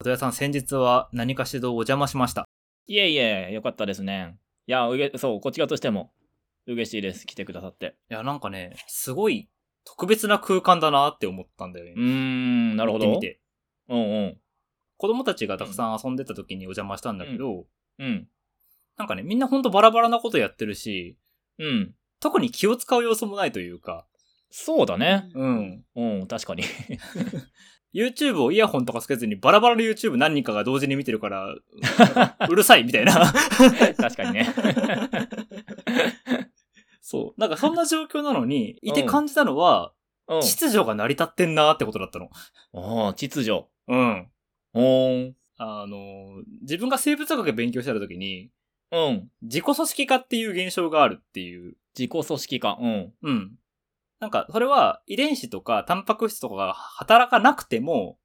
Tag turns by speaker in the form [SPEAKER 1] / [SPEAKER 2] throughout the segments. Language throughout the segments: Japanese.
[SPEAKER 1] 小田さん、先日は何かしらお邪魔しました。
[SPEAKER 2] いえいえ、よかったですね。いや、うげ、そう、こっち側としても、嬉しいです。来てくださって。
[SPEAKER 1] いや、なんかね、すごい特別な空間だなって思ったんだよね。
[SPEAKER 2] うーん、なるほど。
[SPEAKER 1] 行ってみて。
[SPEAKER 2] うんうん。
[SPEAKER 1] 子供たちがたくさん遊んでた時にお邪魔したんだけど、
[SPEAKER 2] うん。
[SPEAKER 1] なんかね、みんなほんとバラバラなことやってるし、
[SPEAKER 2] うん。
[SPEAKER 1] 特に気を使う様子もないというか、
[SPEAKER 2] そうだね。
[SPEAKER 1] うん。
[SPEAKER 2] うん、確かに。
[SPEAKER 1] YouTube をイヤホンとかつけずにバラバラの YouTube 何人かが同時に見てる から、うるさいみたいな。
[SPEAKER 2] 確かにね。
[SPEAKER 1] そう。なんかそんな状況なのに、
[SPEAKER 2] うん
[SPEAKER 1] いて感じたのは、
[SPEAKER 2] うん。
[SPEAKER 1] 秩序が成り立ってんなーってことだったの。
[SPEAKER 2] ああ、秩序。
[SPEAKER 1] うん。
[SPEAKER 2] おーん。
[SPEAKER 1] あの、自分が生物学勉強してた時に、
[SPEAKER 2] うん。
[SPEAKER 1] 自己組織化っていう現象があるっていう。
[SPEAKER 2] 自己組織化。うん。
[SPEAKER 1] うん。なんか、それは遺伝子とかタンパク質とかが働かなくても、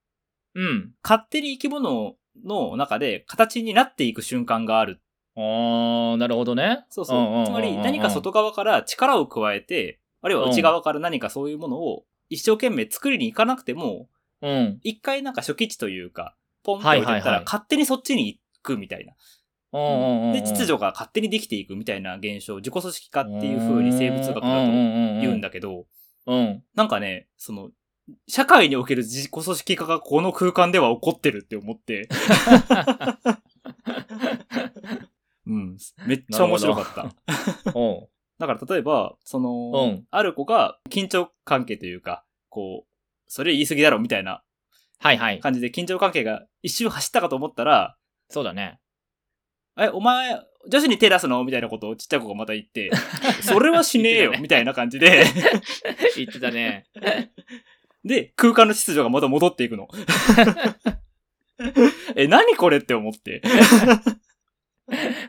[SPEAKER 2] うん。
[SPEAKER 1] 勝手に生き物の中で形になっていく瞬間がある。
[SPEAKER 2] ああ、なるほどね。
[SPEAKER 1] そうそう。つまり何か外側から力を加えて、あるいは内側から何かそういうものを一生懸命作りに行かなくても、
[SPEAKER 2] うん。うん。
[SPEAKER 1] 一回なんか初期値というか、ポンって置いて
[SPEAKER 2] は
[SPEAKER 1] っ
[SPEAKER 2] いは
[SPEAKER 1] た
[SPEAKER 2] いは
[SPEAKER 1] ら
[SPEAKER 2] い
[SPEAKER 1] 勝手にそっちに行くみたいな。
[SPEAKER 2] うんうんうん。
[SPEAKER 1] で、秩序が勝手にできていくみたいな現象、自己組織化っていう風に生物学だと言うんだけど、
[SPEAKER 2] うん。
[SPEAKER 1] なんかね、その、社会における自己組織化がこの空間では起こってるって思 って、うん、めっちゃ面白かった。
[SPEAKER 2] おう。
[SPEAKER 1] だから例えば、その、
[SPEAKER 2] うん。
[SPEAKER 1] ある子が緊張関係というか、こう、それ言い過ぎだろみたいな
[SPEAKER 2] はいはい。
[SPEAKER 1] 感じで緊張関係が一周走ったかと思ったら、
[SPEAKER 2] そうだね。
[SPEAKER 1] え、お前、女子に手出すのみたいなことをちっちゃい子がまた言 って、それはしねえよ
[SPEAKER 2] 言ってたね
[SPEAKER 1] みたいな感じ で、
[SPEAKER 2] 言ってたね。
[SPEAKER 1] で、空間の秩序がまた戻ってい くの。え、何これって思って。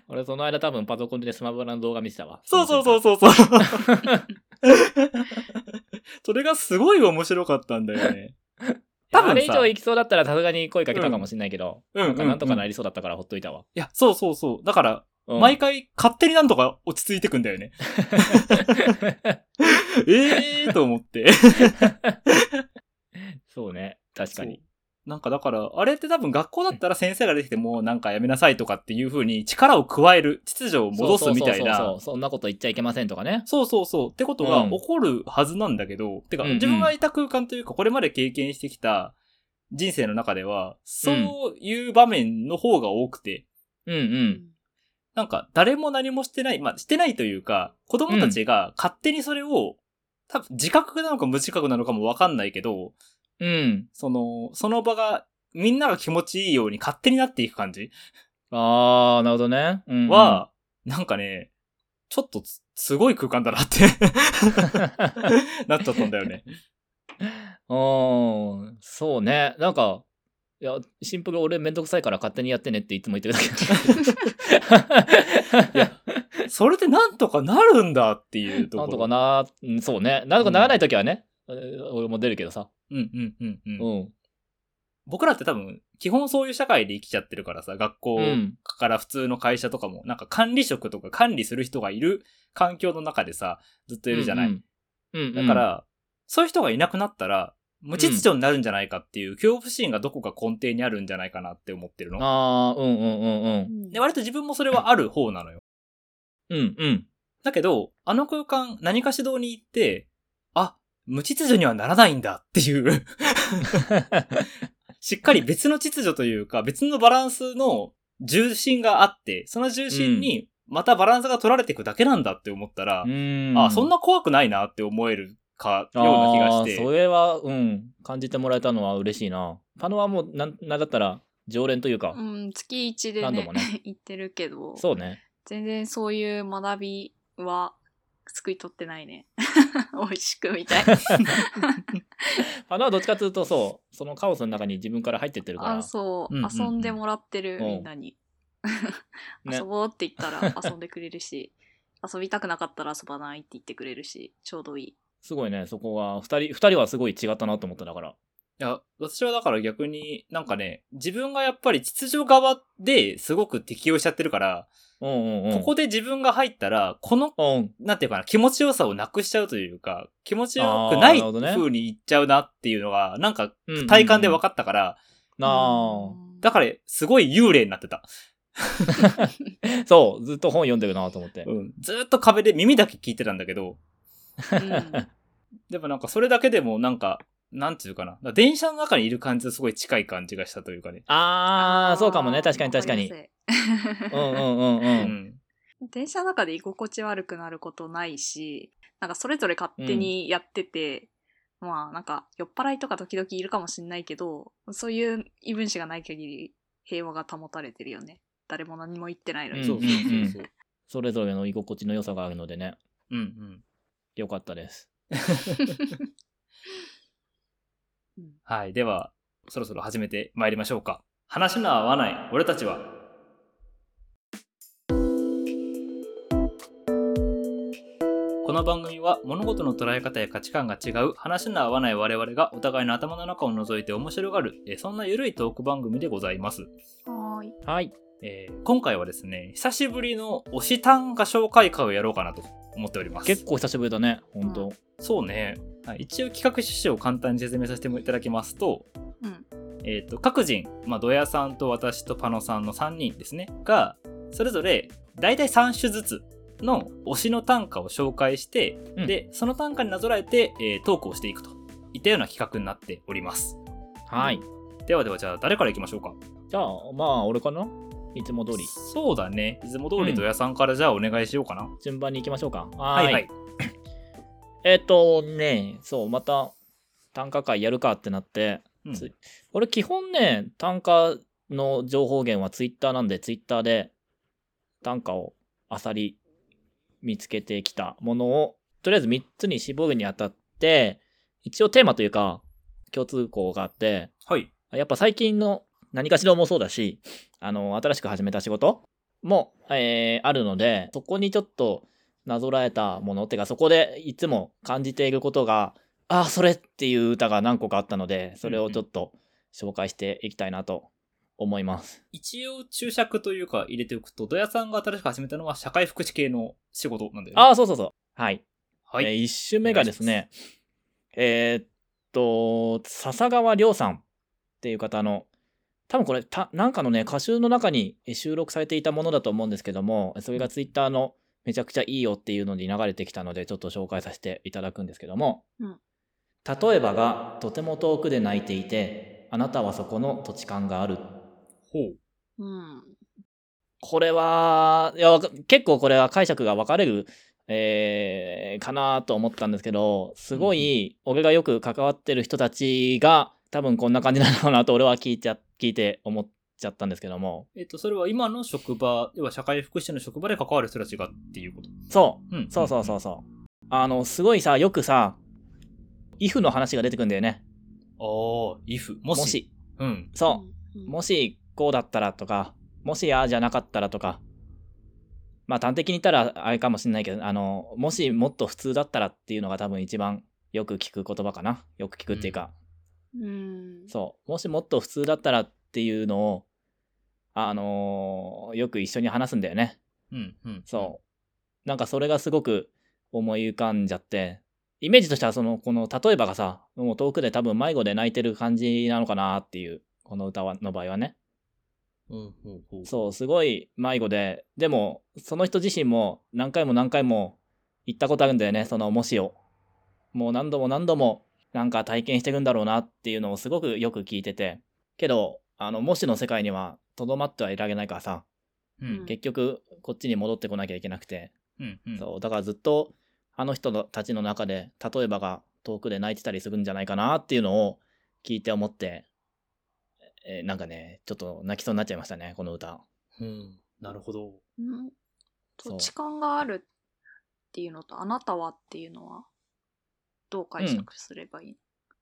[SPEAKER 2] 俺、その間多分パソコンでスマブラの動画見てたわ。
[SPEAKER 1] そうそうそう そうそう。それがすごい面白かったんだよ ね。多
[SPEAKER 2] 多
[SPEAKER 1] 分
[SPEAKER 2] 分
[SPEAKER 1] さ
[SPEAKER 2] あれ以上行きそうだったらさすがに声かけたかもしれないけど、
[SPEAKER 1] うんうんうん
[SPEAKER 2] なんとかなりそうだったからほっといたわ。
[SPEAKER 1] いや、そうそうそう。だから、
[SPEAKER 2] うん
[SPEAKER 1] 毎回勝手になんとか落ち着いてくんだよ ね。 ええーと思って。
[SPEAKER 2] そうね。確かに。
[SPEAKER 1] そう。なんかだから、あれって多分学校だったら先生が出てきてもうなんかやめなさいとかっていう風に力を加える、秩序を戻すみたい
[SPEAKER 2] そうそうそうそ
[SPEAKER 1] な。
[SPEAKER 2] うそんなこと言っちゃいけませんとかね。
[SPEAKER 1] そうそうそう。ってことが
[SPEAKER 2] うん
[SPEAKER 1] 起こるはずなんだけど、てか
[SPEAKER 2] うんうん
[SPEAKER 1] 自分がいた空間というかこれまで経験してきた人生の中では、そういう場面の方が多くて、
[SPEAKER 2] うんうん。
[SPEAKER 1] なんか誰も何もしてない、まあしてないというか、子供たちが勝手にそれを、多分自覚なのか無自覚なのかもわかんないけど、
[SPEAKER 2] うん。
[SPEAKER 1] その、その場がみんなが気持ちいいように勝手になっていく感じ
[SPEAKER 2] あー、なるほどね。うんうん、
[SPEAKER 1] は、なんかね、ちょっとつすごい空間だなって なっちゃったんだよね。
[SPEAKER 2] うん。そうね。なんか、いや、シンプル俺めんどくさいから勝手にやってねっていつも言ってるだ け。いや、
[SPEAKER 1] それでなんとかなるんだっていうとこ
[SPEAKER 2] な
[SPEAKER 1] ろ。
[SPEAKER 2] んとかな、うんそうね。なんとかならないときはね、えー俺も出るけどさ。
[SPEAKER 1] うんうんうんうん。
[SPEAKER 2] うん。
[SPEAKER 1] 僕らって多分、基本そういう社会で生きちゃってるからさ、学校
[SPEAKER 2] うん。
[SPEAKER 1] から普通の会社とかも、なんか管理職とか管理する人がいる環境の中でさ、ずっといるじゃない。
[SPEAKER 2] うんうん。うんうん
[SPEAKER 1] だから、、そういう人がいなくなったら、無秩序になるんじゃないかっていう恐怖心がどこか根底にあるんじゃないかなって思ってるの。
[SPEAKER 2] ああ、うんうんうんうん。
[SPEAKER 1] で、割と自分もそれはある方なのよ。
[SPEAKER 2] うんうん。
[SPEAKER 1] だけど、あの空間、何かし堂に行って、あ、無秩序にはならないんだっていう、 しっかり別の秩序というか、別のバランスの重心があって、その重心にまたバランスが取られていくだけなんだって思ったら、
[SPEAKER 2] うん
[SPEAKER 1] あ、そん
[SPEAKER 2] よ
[SPEAKER 1] な怖くないなって思えるか、ような気がして。
[SPEAKER 2] それは、うん、感じてもらえたのは嬉しいな。パノはもう、なん、なんだったら、常連というか
[SPEAKER 3] う、ん、月1で
[SPEAKER 2] 何度
[SPEAKER 3] ね
[SPEAKER 2] もね
[SPEAKER 3] 行ってるけど
[SPEAKER 2] そうね。
[SPEAKER 3] 全然そういう学びは救い取ってないね 美味しくみ たい
[SPEAKER 2] パノはどっちかというと、そう、そのカオスの中に自分から入ってってるから。
[SPEAKER 3] あそ
[SPEAKER 1] う
[SPEAKER 3] う、
[SPEAKER 1] んうんうん
[SPEAKER 3] 遊んでもらってる、
[SPEAKER 2] うん
[SPEAKER 3] みんなに
[SPEAKER 2] ね
[SPEAKER 3] 遊ぼうって言ったら遊んでくれるし 遊びたくなかったら遊ばないって言ってくれるしちょうどいい
[SPEAKER 2] すごいね、そこは、二人、二人はすごい違ったなと思っただから。
[SPEAKER 1] いや、私はだから逆になんかね、自分がやっぱり秩序側ですごく適応しちゃってるから、
[SPEAKER 2] うんうんうん。
[SPEAKER 1] ここで自分が入ったら、この、
[SPEAKER 2] うん。
[SPEAKER 1] なんていうかな、気持ちよさをなくしちゃうというか、気持ちよくない
[SPEAKER 2] あーなるほどね
[SPEAKER 1] 風にいっちゃうなっていうのが、なんか
[SPEAKER 2] うん
[SPEAKER 1] 体感で分かったから、
[SPEAKER 2] なあ。
[SPEAKER 3] うん
[SPEAKER 1] だから、すごい幽霊になってた。
[SPEAKER 2] そう、ずっと本読んでるなと思って。
[SPEAKER 1] うん。ずーっと壁で耳だけ聞いてたんだけど、
[SPEAKER 3] ら、うん、
[SPEAKER 1] でもなんかそれだけでもなんか、なんていうかな。だから電車の中にいる感じとすごい近い感じがしたというかね。
[SPEAKER 2] あー、そうかもね。確かに確かに。
[SPEAKER 3] わかり
[SPEAKER 2] うんう
[SPEAKER 3] や
[SPEAKER 2] んうんう。
[SPEAKER 1] うんん。
[SPEAKER 3] 電車の中で居心地悪くなることないしなんかそれぞれ勝手にやってて、まあなんか酔っ払いとか時々いるかもしんないけどそういう異分子がない限り平和が保たれてるよね誰も何も言ってないのに、
[SPEAKER 1] そうそうそうそう。
[SPEAKER 2] それぞれの居心地の良さがあるのでね。
[SPEAKER 1] うんうん。
[SPEAKER 2] よかったです。
[SPEAKER 3] うん
[SPEAKER 1] はい。では、そろそろ始めて参りましょうか。話の合わない俺たちは。この番組は物事の捉え方や価値観が違う話の合わない我々がお互いの頭の中を覗いて面白がる、えそんなゆるいトーク番組でございます。
[SPEAKER 3] はーい
[SPEAKER 2] はい。
[SPEAKER 1] えー今回はですね、久しぶりの推し単価紹介会をやろうかなと思っております。
[SPEAKER 2] 結構久しぶりだね。本当。
[SPEAKER 1] そうね。はい一応企画趣旨を簡単に説明させていただきますと、
[SPEAKER 3] うん
[SPEAKER 1] えー、と各人、まあ、ドヤさんと私とパノさんの3人ですねがそれぞれ大体3種ずつの推しの短歌を紹介して、
[SPEAKER 2] うん
[SPEAKER 1] でその短歌になぞらえて、えートークをしていくといったような企画になっております
[SPEAKER 2] はい。
[SPEAKER 1] ではではじゃあ誰からいきましょうか
[SPEAKER 2] じゃあ、まあ、俺かないつも通り。
[SPEAKER 1] そうだねいつも通
[SPEAKER 2] う
[SPEAKER 1] り
[SPEAKER 2] ん
[SPEAKER 1] ドヤさんからじゃあお願いしようかな、
[SPEAKER 2] 順番に行きましょうか。
[SPEAKER 1] は
[SPEAKER 2] はいい。
[SPEAKER 1] はい、
[SPEAKER 2] えっ、とね、そう、また、単価会やるかってなって、
[SPEAKER 1] うん
[SPEAKER 2] つ俺基本ね、単価の情報源はツイッターなんで、ツイッターで単価をあさり見つけてきたものを、とりあえず3つに絞るにあたって、一応テーマというか、共通項があって、
[SPEAKER 1] はい
[SPEAKER 2] やっぱ最近の何かしらもそうだし、あの、新しく始めた仕事も、えーあるので、そこにちょっとなぞらえたもの、てかそこでいつも感じていることが、ああ、それっていう歌が何個かあったので、それをちょっと紹介していきたいなと思います。
[SPEAKER 1] 一応注釈というか入れておくとドヤさんが新しく始めたのは社会福祉系の仕事なんだよね
[SPEAKER 2] ああ、そうそうそう。はい。
[SPEAKER 1] はい、
[SPEAKER 2] えー一周目がですね、えーっと、笹川亮さんっていう方の、多分これ、たなんかのね、歌集の中にえー収録されていたものだと思うんですけども、それがツイッターのめちゃくちゃいいよっていうのに流れてきたので、ちょっと紹介させていただくんですけども、
[SPEAKER 3] うん
[SPEAKER 2] 例えばがとても遠くで泣いていて、あなたはそこの土地感がある。
[SPEAKER 1] ほう
[SPEAKER 3] うん
[SPEAKER 2] これは、いや、わか結構これは解釈が分かれる、えーかなと思ったんですけど、すごい、俺がよく関わってる人たちが、多分こんな感じなんだろうなと、俺は聞いちゃ、聞いて思っちゃったんですけども。
[SPEAKER 1] えっと、それは今の職場、要は社会福祉の職場で関わる人たちがっていうこと。
[SPEAKER 2] そう、
[SPEAKER 1] うん。
[SPEAKER 2] そうそうそうそう。あの、すごいさ、よくさ、イフの話が出てくんだよね。
[SPEAKER 1] ああ、if、もし。
[SPEAKER 2] もし
[SPEAKER 1] うん。
[SPEAKER 2] そうう。
[SPEAKER 3] ん
[SPEAKER 2] もし、こうだったらとか、もし、ああじゃなかったらとか。まあ、端的に言ったら、あれかもしれないけど、あの、もしもっと普通だったらっていうのが多分一番よく聞く言葉かな。よく聞くっていうか、
[SPEAKER 3] うん
[SPEAKER 2] そう。もしもっと普通だったらっていうのを、あのーよく一緒に話すんだよね。
[SPEAKER 1] うん。うん。
[SPEAKER 2] そう。なんかそれがすごく思い浮かんじゃって、イメージとしてはその、この、例えばがさ、もう遠くで多分迷子で泣いてる感じなのかなっていう、この歌はの場合はね。
[SPEAKER 1] う。うん、ほうほう。
[SPEAKER 2] そう、すごい迷子で、でも、その人自身も何回も何回も行ったことあるんだよね、そのもしを。もう何度も何度もなんか体験してるんだろうなっていうのをすごくよく聞いてて。けど、あの、もしの世界にはとどまってはいられないからさ、
[SPEAKER 1] うん。
[SPEAKER 2] 結局こっちに戻ってこなきゃいけなくて。
[SPEAKER 1] うん。うん。
[SPEAKER 2] そう、だからずっとあの人のたちの中で、例えばが遠くで泣いてたりするんじゃないかなっていうのを聞いて思って、えーなんかね、ちょっと泣きそうになっちゃいましたね、この歌。
[SPEAKER 1] うん。なるほど。
[SPEAKER 3] うん
[SPEAKER 2] そう
[SPEAKER 3] 土地勘があるっていうのとあなたはっていうのはどう解釈すればいい、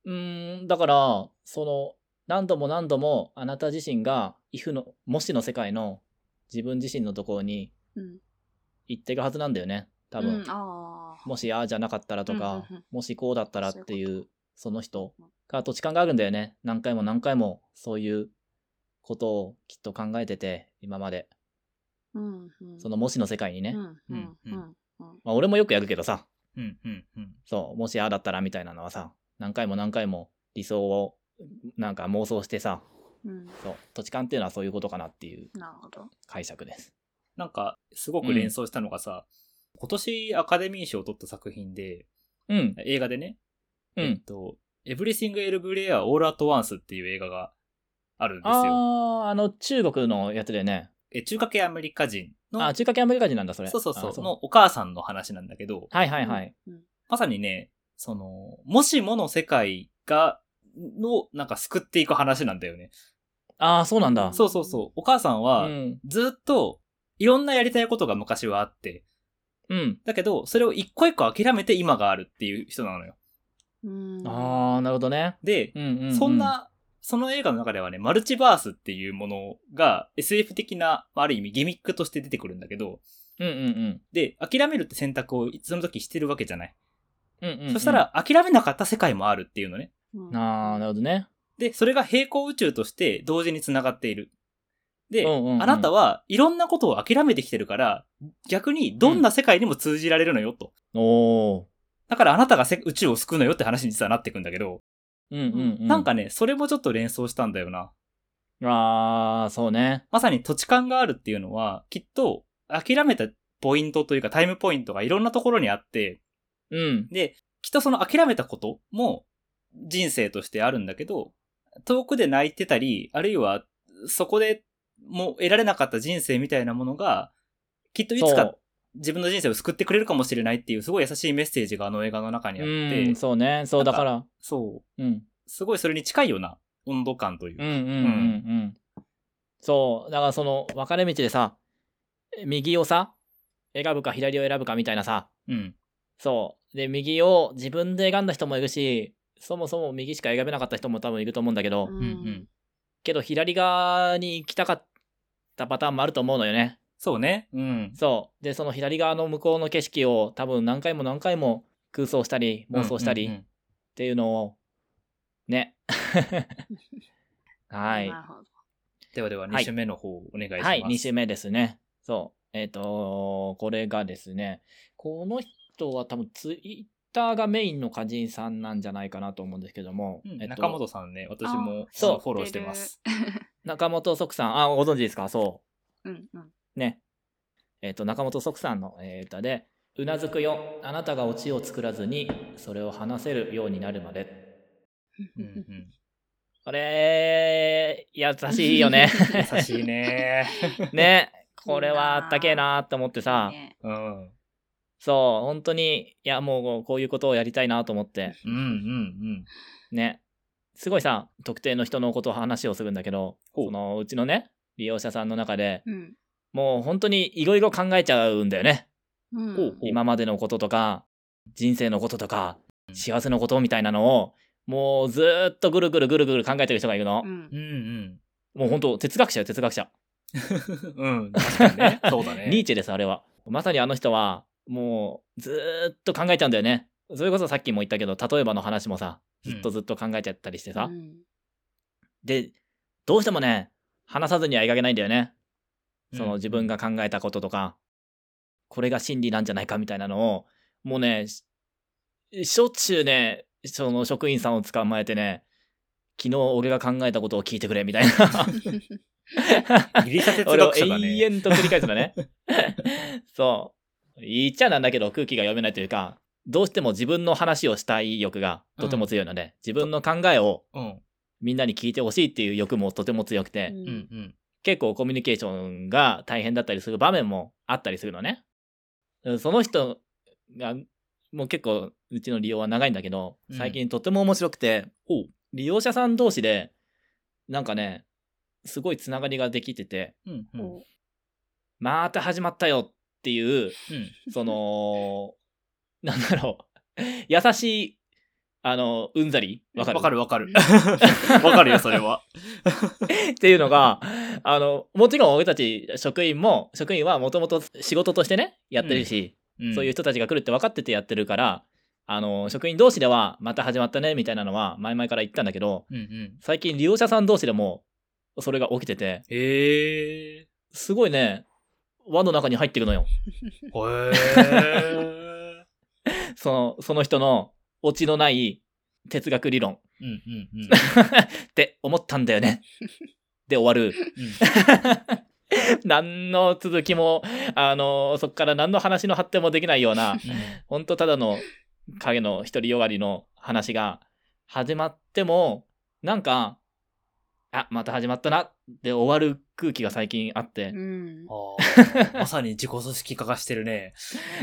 [SPEAKER 2] うーん、だから、その、何度も何度もあなた自身が、イフの、もしの世界の自分自身のところに
[SPEAKER 3] うん、
[SPEAKER 2] 行ってるはずなんだよね。多分、
[SPEAKER 3] うん、ああ
[SPEAKER 2] もしああじゃなかったらとか、
[SPEAKER 3] うんうんうん
[SPEAKER 2] もしこうだったらっていう、
[SPEAKER 3] そ
[SPEAKER 2] そう
[SPEAKER 3] いう
[SPEAKER 2] の人が土地勘があるんだよね。何回も何回もそういうことをきっと考えてて、今まで。
[SPEAKER 3] うんうん
[SPEAKER 2] そのもしの世界にね。
[SPEAKER 3] うんうんう
[SPEAKER 1] うん
[SPEAKER 2] まあ俺もよくやるけどさ、
[SPEAKER 1] うん。うん。うん。
[SPEAKER 2] そう、もしああだったらみたいなのはさ、何回も何回も理想をなんか妄想してさ、
[SPEAKER 3] うん。
[SPEAKER 2] そう土地勘っていうのはそういうことかなっていう
[SPEAKER 3] なるほど。
[SPEAKER 2] 解釈です。
[SPEAKER 1] なんか、すごく連想したのがさ、今年アカデミー賞を取った作品で、
[SPEAKER 2] うん。
[SPEAKER 1] 映画でね、
[SPEAKER 2] うん。
[SPEAKER 1] えっと、エブリシング・エル・ブレア・オール・アット・ワンスっていう映画があるんですよ。
[SPEAKER 2] ああ、あの中国のやつでね。
[SPEAKER 1] え中華系アメリカ人の
[SPEAKER 2] あ、中華系アメリカ人なんだ、それ。
[SPEAKER 1] そうそうそう
[SPEAKER 2] あ
[SPEAKER 1] のお母さんの話なんだけど、
[SPEAKER 2] はいはいはい。
[SPEAKER 3] うん。
[SPEAKER 1] まさにね、その、もしもの世界が、の、なんか救っていく話なんだよね。
[SPEAKER 2] ああ、そうなんだ。
[SPEAKER 1] そうそうそう。お母さん
[SPEAKER 2] う
[SPEAKER 1] は、
[SPEAKER 2] ん。
[SPEAKER 1] ずっと、いろんなやりたいことが昔はあって、
[SPEAKER 2] うん。
[SPEAKER 1] だけど、それを一個一個諦めて今があるっていう人なのよ。
[SPEAKER 3] うん。
[SPEAKER 2] ああ、なるほどね。
[SPEAKER 1] で、
[SPEAKER 2] うんうん、うん。
[SPEAKER 1] そん、な、その映画の中ではね、マルチバースっていうものが SF 的な、まあある意味ギミックとして出てくるんだけど、
[SPEAKER 2] うんうんうん。
[SPEAKER 1] で、諦めるって選択をその時してるわけじゃない。
[SPEAKER 2] うんうんうん
[SPEAKER 1] そした、ら、諦めなかった世界もあるっていうのね。
[SPEAKER 3] うん
[SPEAKER 2] ああ、なるほどね。
[SPEAKER 1] で、それが平行宇宙として同時に繋がっている。で、
[SPEAKER 2] うんうんうん
[SPEAKER 1] あなたはいろんなことを諦めてきてるから、逆にどんな世界にも通じられるのよと。
[SPEAKER 2] おお。
[SPEAKER 1] だからあなたがせ宇宙を救うのよって話に実はなってくんだけど、
[SPEAKER 2] うんうん、うん。
[SPEAKER 1] なんかね、それもちょっと連想したんだよな。
[SPEAKER 2] ああ、そうね。
[SPEAKER 1] まさに土地勘があるっていうのは、きっと諦めたポイントというかタイムポイントがいろんなところにあって、
[SPEAKER 2] うん。
[SPEAKER 1] で、きっとその諦めたことも人生としてあるんだけど、遠くで泣いてたり、あるいはそこでもう得られなかった人生みたいなものが、きっといつか
[SPEAKER 2] そ
[SPEAKER 1] 自分の人生を救ってくれるかもしれないっていうすごい優しいメッセージがあの映画の中に
[SPEAKER 2] う。
[SPEAKER 1] あっ
[SPEAKER 2] う
[SPEAKER 1] て
[SPEAKER 2] ん、、そうね。そうだから。
[SPEAKER 1] そう、
[SPEAKER 2] うん。
[SPEAKER 1] すごいそれに近いような温度感という
[SPEAKER 2] う
[SPEAKER 1] か。
[SPEAKER 2] んうんうんうん。そう。だからその、分かれ道でさ、右をさ、選ぶか左を選ぶかみたいなさ、
[SPEAKER 1] うん。
[SPEAKER 2] そう。で、右を自分で選んだ人もいるし、そもそも右しか選べなかった人も多分いると思うんだけど、
[SPEAKER 1] う
[SPEAKER 3] う
[SPEAKER 1] んうん
[SPEAKER 3] ん。
[SPEAKER 2] けど左側に行きたかったパターンもあると思うのよね。
[SPEAKER 1] そうね。うん。
[SPEAKER 2] そう。で、その左側の向こうの景色を多分何回も何回も空想したり、妄想したり
[SPEAKER 1] うんう
[SPEAKER 2] っ
[SPEAKER 1] ん
[SPEAKER 2] ていうのを、ね。 はい
[SPEAKER 3] な。るほど。
[SPEAKER 1] ではでは、
[SPEAKER 2] は
[SPEAKER 1] 2
[SPEAKER 2] い
[SPEAKER 1] 週目の方、お願いします。
[SPEAKER 2] はい、2週目ですね。そう。えっ、と、これがですね、この人は多分ツイッターがメインの歌人さんなんじゃないかなと思うんですけども、
[SPEAKER 1] うん
[SPEAKER 2] えっと
[SPEAKER 1] 中本さんね、私も
[SPEAKER 2] そう
[SPEAKER 1] あのフォローしてます。
[SPEAKER 2] 中本即さん、あ、ご存知ですかそ
[SPEAKER 3] うんうん。
[SPEAKER 2] う。ね。えっ、と、中本即さんの、えー歌で、うなずくよ、あなたがオチを作らずに、それを話せるようになるまで。
[SPEAKER 1] うんうん、
[SPEAKER 2] これ、優しいよ ね。
[SPEAKER 1] 優しいね。
[SPEAKER 2] ね。これはあったけえなーって思ってさ、
[SPEAKER 3] いいね
[SPEAKER 1] うん。うん
[SPEAKER 2] そう、本当に、いや、もうこういうことをやりたいなと思って、
[SPEAKER 1] うんうん。
[SPEAKER 2] ね。すごいさ、特定の人のことを話をするんだけど、
[SPEAKER 1] ほう
[SPEAKER 2] そのうちのね、利用者さんの中で、
[SPEAKER 3] うん。
[SPEAKER 2] もう本当にいろいろ考えちゃうんだよね。
[SPEAKER 3] うん
[SPEAKER 1] ほうほう
[SPEAKER 2] 今までのこととか、人生のこととか、
[SPEAKER 1] うん
[SPEAKER 2] 幸せのことみたいなのを、もうずーっとぐるぐるぐるぐる考えてる人がいるの
[SPEAKER 3] う。ん
[SPEAKER 1] うんうん。
[SPEAKER 2] もう本当哲学者よ、哲学者。
[SPEAKER 1] うん、確かにね。 そうだね。
[SPEAKER 2] ニーチェです、あれは。まさにあの人は、もうずーっと考えちゃうんだよね。それこそさっきも言ったけど、例えばの話もさ、ずっとずっと考えちゃったりしてさ。
[SPEAKER 3] うん
[SPEAKER 2] で、どうしてもね、話さずにはいかけないんだよね。
[SPEAKER 1] うん
[SPEAKER 2] その自分が考えたこととか、これが真理なんじゃないかみたいなのを、もうね、ししょっちゅうね、その職員さんを捕まえてね、昨日俺が考えたことを聞いてくれ みたいな。
[SPEAKER 1] ギリシャ哲
[SPEAKER 2] 俺を
[SPEAKER 1] 学者だ
[SPEAKER 2] 永
[SPEAKER 1] ね。
[SPEAKER 2] 遠と繰り返す のね。そう。言っちゃなんだけど空気が読めないというか、どうしても自分の話をしたい欲がとても強いので、自分の考えを
[SPEAKER 1] うん
[SPEAKER 2] みんなに聞いてほしいっていう欲もとても強くて、
[SPEAKER 1] うんうん。
[SPEAKER 2] 結構コミュニケーションが大変だったりする場面もあったりするのね。うんその人が、もう結構うちの利用は長いんだけど、
[SPEAKER 1] うん
[SPEAKER 2] 最近とても面白くて、利用者さん同士で、なんかね、すごいつながりができてて、
[SPEAKER 1] うんうん。
[SPEAKER 3] ほ
[SPEAKER 2] また始まったよって いう、
[SPEAKER 1] うん
[SPEAKER 2] その、なんだろう、 優しい、あの、うんざりわかる
[SPEAKER 1] わかるわかる
[SPEAKER 3] う。
[SPEAKER 1] わかるよ、それは。
[SPEAKER 2] っていうのが、あの、もちろん俺たち職員も、職員はもともと仕事としてね、やってるし、そういう人たちが来るって分かっててやってるから、あの、職員同士では、また始まったね、みたいなのは前々から言ったんだけど、
[SPEAKER 1] うんうん。
[SPEAKER 2] 最近利用者さん同士でも、それが起きてて、
[SPEAKER 1] へえ。
[SPEAKER 2] すごいね、輪の中に入ってるのよ。
[SPEAKER 1] ー。へえ。
[SPEAKER 2] その、その人のオチのない哲学理論。
[SPEAKER 1] うんうんうん。
[SPEAKER 2] って思ったんだよね。で終わる。何の続きも、あの、そこから何の話の発展もできないような、ほんとただの影の独りよがりの話が始まっても、なんか、あ、また始まったなで終わる空気が最近あって
[SPEAKER 3] う、ん。
[SPEAKER 1] ああ、まさに自己組織化がしてるね。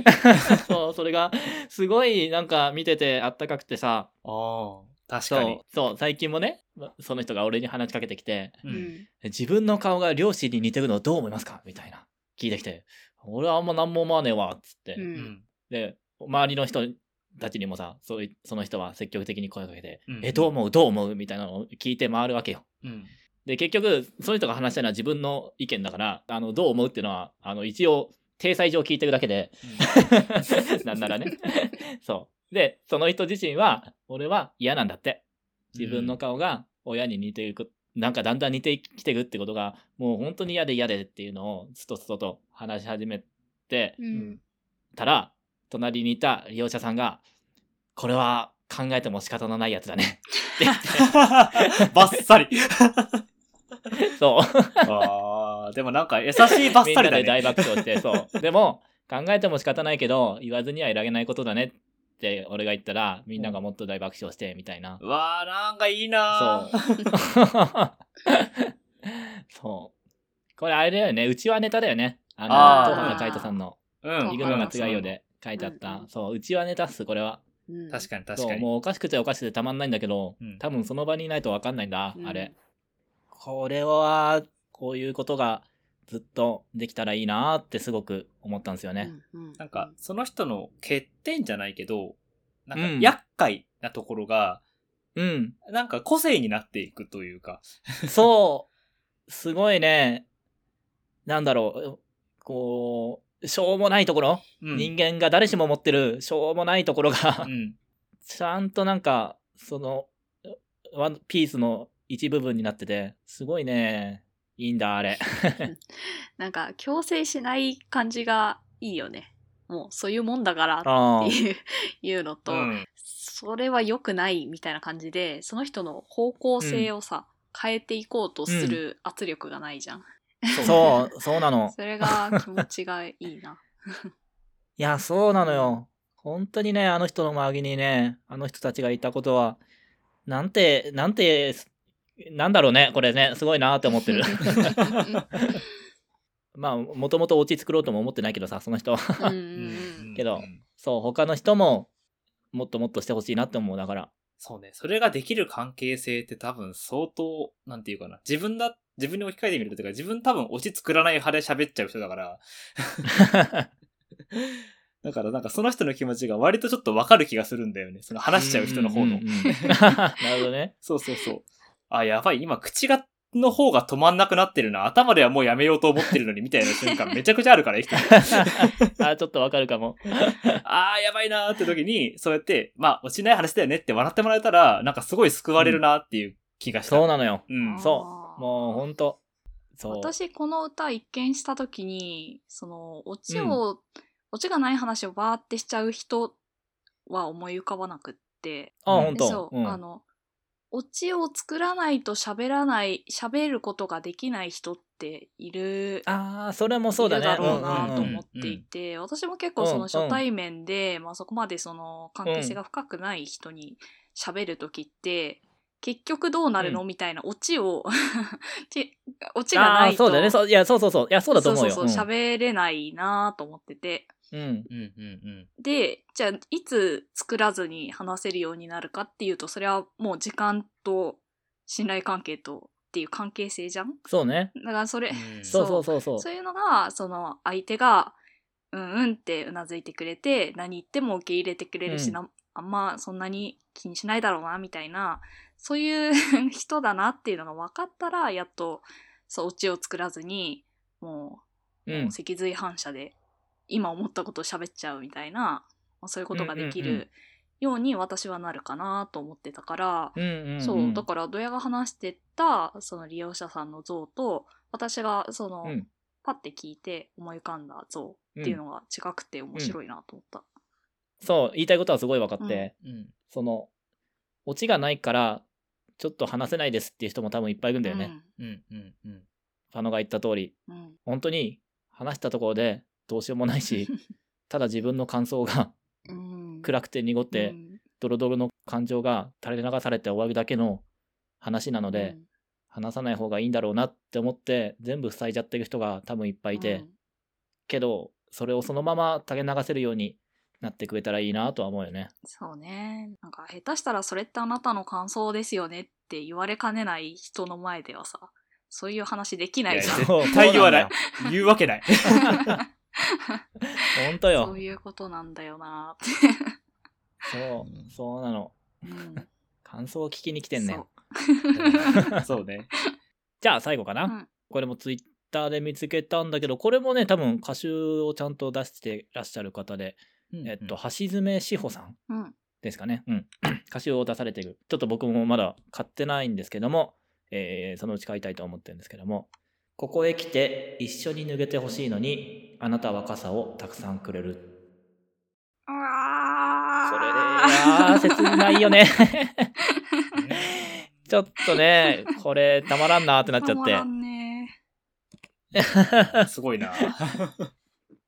[SPEAKER 2] そう、それがすごいなんか見ててあったかくてさ、
[SPEAKER 1] ああ、確
[SPEAKER 2] そ
[SPEAKER 1] か
[SPEAKER 2] う
[SPEAKER 1] に。、
[SPEAKER 2] そう、最近もね、その人が俺に話しかけてきて、
[SPEAKER 1] う。
[SPEAKER 3] うんん。
[SPEAKER 2] 自分の顔が両親に似てるのどう思いますかみたいな。聞いてきて、俺はあんま何も思わねえわ、つって。
[SPEAKER 3] う。
[SPEAKER 1] うんん。
[SPEAKER 2] で、周りの人たちにもさ、それその人は積極的に声かけて、
[SPEAKER 1] うん
[SPEAKER 2] え、どう思うどう思うみたいなのを聞いて回るわけよ。
[SPEAKER 1] うん。
[SPEAKER 2] で、結局、その人が話したのは自分の意見だから、あの、どう思うっていうのは、あの、一応、体裁上聞いてるだけで、 なんな らね。そう。で、その人自身は、俺は嫌なんだって。自分の顔が親に似ていく、なんかだんだん似てきてるってことが、もう本当に嫌で嫌でっていうのを、つとつとと話し始めて
[SPEAKER 3] うん。
[SPEAKER 2] たら、隣にいた利用者さんが、これは考えても仕方のないやつだね。
[SPEAKER 1] バッサリ。
[SPEAKER 2] そう。
[SPEAKER 1] ああ、でもなんか優しいバッ
[SPEAKER 2] みん
[SPEAKER 1] サ
[SPEAKER 2] な
[SPEAKER 1] リだね。
[SPEAKER 2] で大爆笑して、そう。でも、考えても仕方ないけど、言わずにはいられないことだねって俺が言ったら、みんながもっと大爆笑して、みたいな。
[SPEAKER 1] わあ、なんかいいな
[SPEAKER 2] そう。そう。これあれだよね。うちはネタだよね。あ
[SPEAKER 1] あ
[SPEAKER 2] の、
[SPEAKER 1] ー
[SPEAKER 2] 東野海人さんの、
[SPEAKER 1] う。
[SPEAKER 3] そ
[SPEAKER 1] うん。
[SPEAKER 2] 行くのが
[SPEAKER 3] 違
[SPEAKER 2] 強いよう。で書いてあっ
[SPEAKER 3] うん
[SPEAKER 2] た
[SPEAKER 3] うん。
[SPEAKER 2] そう、うちはネタっす、これは。
[SPEAKER 3] うん。
[SPEAKER 1] 確かに確
[SPEAKER 2] そ
[SPEAKER 1] か
[SPEAKER 2] う、
[SPEAKER 1] に。
[SPEAKER 2] もうおかしくておかしくてたまんないんだけど
[SPEAKER 1] うん、
[SPEAKER 2] 多分その場にいないとわかんないんだ
[SPEAKER 3] う、ん
[SPEAKER 2] あれ。これは、こういうことがずっとできたらいいなーってすごく思ったんですよね。
[SPEAKER 3] うん。
[SPEAKER 1] なんか、その人の欠点じゃないけど、なんか
[SPEAKER 2] うん
[SPEAKER 1] 厄介なところが、
[SPEAKER 2] うん。
[SPEAKER 1] なんか個性になっていくというか。
[SPEAKER 2] そう。すごいね。なんだろう。こう、しょうもないところ
[SPEAKER 1] うん。
[SPEAKER 2] 人間が誰しも持ってるしょうもないところが、
[SPEAKER 1] うん。
[SPEAKER 2] ちゃんとなんかそのワンピースの一部分になっててすごいねいいんだあ れ
[SPEAKER 3] なんか、強制しない感じがいいよね。もう、そういうもんだからっ
[SPEAKER 2] あ
[SPEAKER 3] て
[SPEAKER 2] ー
[SPEAKER 3] いう、いうのと、
[SPEAKER 1] うん
[SPEAKER 3] それは良くないみたいな感じで、その人の方向性をさ、変えていこうとする圧力がないじゃん。
[SPEAKER 2] そうそうなの
[SPEAKER 3] それが気持ちがいいな。
[SPEAKER 2] いやそうなのよ本当にねあの人の周りにねあの人たちがいたことはなんてなんてなんだろうねこれねすごいなーって思って るまあもともとお家作ろうとも思ってないけどさその人は
[SPEAKER 3] うんうん
[SPEAKER 1] う
[SPEAKER 3] うんん。
[SPEAKER 2] けど
[SPEAKER 1] うん
[SPEAKER 2] そう他の人ももっともっとしてほしいなって思うだ から
[SPEAKER 1] そうね。それができる関係性って多分相当、なんていうかな。自分だ、自分に置き換えてみるとというか、自分多分オチ作らない派で喋っちゃう人だから。だからなんかその人の気持ちが割とちょっとわかる気がするんだよね。その話しちゃう人の方の
[SPEAKER 2] んん。 んうんなるほどね。
[SPEAKER 1] そうそうそう。あ、やばい。今口が、の方が止まんなくなってるな。頭ではもうやめようと思ってるのにみたいな瞬間めちゃくちゃあ るから、生きてる。
[SPEAKER 2] あ、ちょっとわかるかも。
[SPEAKER 1] あー、やばいなーって時に、そうやって、まあ、落ちない話だよねって笑ってもらえたら、なんかすごい救われるなっていう気がした。
[SPEAKER 2] そうなのよ。
[SPEAKER 1] うん。
[SPEAKER 2] そ
[SPEAKER 3] あー
[SPEAKER 2] もうほんと。そう。
[SPEAKER 3] 私この歌一見した時にそのオチを、オチがない話をバーってしちゃう人は思い浮かばなくって
[SPEAKER 2] あ、ほん
[SPEAKER 3] で
[SPEAKER 2] と。
[SPEAKER 3] そう、
[SPEAKER 2] ん
[SPEAKER 3] あのオチを作らないと喋らない喋ることができない人っている
[SPEAKER 2] あーそれもそうだ
[SPEAKER 3] いる
[SPEAKER 2] ね。
[SPEAKER 3] だろうなと思っ
[SPEAKER 1] うん
[SPEAKER 3] ていて、私も結構その初対面で、まあ、そこまでその関係性が深くない人に喋る時って、結局どうなるの、
[SPEAKER 2] う
[SPEAKER 3] みたいなオチを ちオチが
[SPEAKER 2] あ
[SPEAKER 3] な
[SPEAKER 2] あ
[SPEAKER 3] い
[SPEAKER 2] ー、
[SPEAKER 3] と
[SPEAKER 2] そうだよね。そういや、そうそうそう。いや、そうだと思うよ。
[SPEAKER 3] そうそうそう喋れないなと思ってて
[SPEAKER 2] うんうん。
[SPEAKER 1] うんうん
[SPEAKER 3] でじゃあいつ作らずに話せるようになるかっていうとそれはもう時間と信頼関係とっていう関係性じゃん
[SPEAKER 2] そうね。
[SPEAKER 3] だからそれ、
[SPEAKER 1] うん。うん
[SPEAKER 2] そう
[SPEAKER 3] そ
[SPEAKER 2] そううそうそう。
[SPEAKER 3] そういうのが、その相手が、うんうんってうなずいてくれて、何言っても受け入れてくれるし、
[SPEAKER 2] うん
[SPEAKER 3] なあんまそんなに気にしないだろうな、みたいな、そういう 人だなっていうのが分かったら、やっと、そう、オチを作らずに、もう、
[SPEAKER 2] う
[SPEAKER 3] も
[SPEAKER 2] ん
[SPEAKER 3] う。脊髄反射で、今思ったことを喋っちゃうみたいな、まあそういうことができ
[SPEAKER 2] うんうんうん
[SPEAKER 3] るように私はなるかなと思ってたから、
[SPEAKER 2] うんうんうん。
[SPEAKER 3] そう、だから、ドヤが話してた、その利用者さんの像と、私が、その、
[SPEAKER 2] うん
[SPEAKER 3] パッて聞いて思い浮かんだ像っていうのが違くて面白いなと思った。
[SPEAKER 2] そう、言いたいことはすごい分かって、
[SPEAKER 1] うん。
[SPEAKER 2] その、オチがないから、ちょっと話せないですっていう人も多分いっぱいいるんだよね。
[SPEAKER 1] うんうんうん。
[SPEAKER 2] ファノが言った通り、
[SPEAKER 3] うん。うん。
[SPEAKER 2] 本当に話したところでどうしようもないし、 ただ自分の感想が
[SPEAKER 3] うん。
[SPEAKER 2] 暗くて濁っ
[SPEAKER 3] く
[SPEAKER 2] て、ドロドロの感情が垂れ流されて終わるだけの話なので、話さない方がいいんだろうなって思って、全部塞いじゃってる人が多分いっぱいいて、けど、それをそのまま垂れ流せるようになってくれたらいいなとは思うよね。
[SPEAKER 3] そうね。なんか下手したらそれってあなたの感想ですよねって言われかねない人の前ではさ、そういう話できないじゃん。
[SPEAKER 1] や絶対言わない
[SPEAKER 2] そう
[SPEAKER 1] 言うわけ ない。
[SPEAKER 2] んだよ。本当
[SPEAKER 3] そ
[SPEAKER 2] よ
[SPEAKER 3] う。いうことなんだよなっ
[SPEAKER 2] そう、そうなの。
[SPEAKER 3] て。うん。
[SPEAKER 2] 感想を聞きに来てんね
[SPEAKER 3] そ
[SPEAKER 2] ん
[SPEAKER 3] う。
[SPEAKER 1] そうね。
[SPEAKER 2] じゃあ最後かな。
[SPEAKER 3] うん
[SPEAKER 2] これもツイッターで見つけたんだけど、これもね、多分歌集をちゃんと出してらっしゃる方で、えっと、橋爪志保さん
[SPEAKER 3] うん。
[SPEAKER 2] ですかね。うん。 歌集を出されている。ちょっと僕もまだ買ってないんですけども、えーそのうち買いたいと思ってるんですけども、ここへ来て一緒に脱げてほしいのに、あなたは傘をたくさんくれる。
[SPEAKER 3] う
[SPEAKER 2] こ
[SPEAKER 3] わ
[SPEAKER 2] れで、いや
[SPEAKER 3] ー
[SPEAKER 2] ー、切ないよね。
[SPEAKER 1] うん、
[SPEAKER 2] ちょっとね、これたまらんなーってなっちゃ
[SPEAKER 3] た
[SPEAKER 2] っ
[SPEAKER 3] ま
[SPEAKER 2] て
[SPEAKER 3] ら。んね
[SPEAKER 1] すごい な。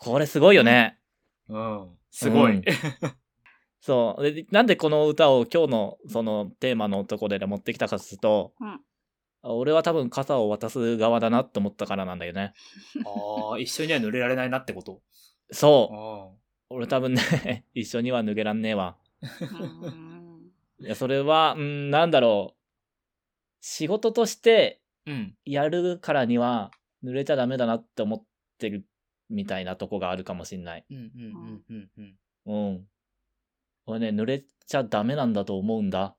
[SPEAKER 2] これすごいよね。
[SPEAKER 1] うん。すご
[SPEAKER 2] うん
[SPEAKER 1] い。
[SPEAKER 2] そう。でなんでこの歌を今日のそのテーマのとこで持ってきたかとすると、
[SPEAKER 3] うん
[SPEAKER 2] 俺は多分傘を渡す側だなと思ったからなんだよね。
[SPEAKER 1] ああ、一緒には乗れられないなってこと。
[SPEAKER 2] そう。
[SPEAKER 1] う
[SPEAKER 2] 俺多分ね、 一緒には脱げらんねえわ。
[SPEAKER 3] うん
[SPEAKER 2] いや、それは、うん、なんだろう。仕事として
[SPEAKER 1] ん。うん。
[SPEAKER 2] やるからには濡れちゃダメだなって思ってるみたいなとこがあるかもしんない。
[SPEAKER 1] うんうんうんうんうん。
[SPEAKER 2] うん。俺ね、濡れちゃダメなんだと思うんだ。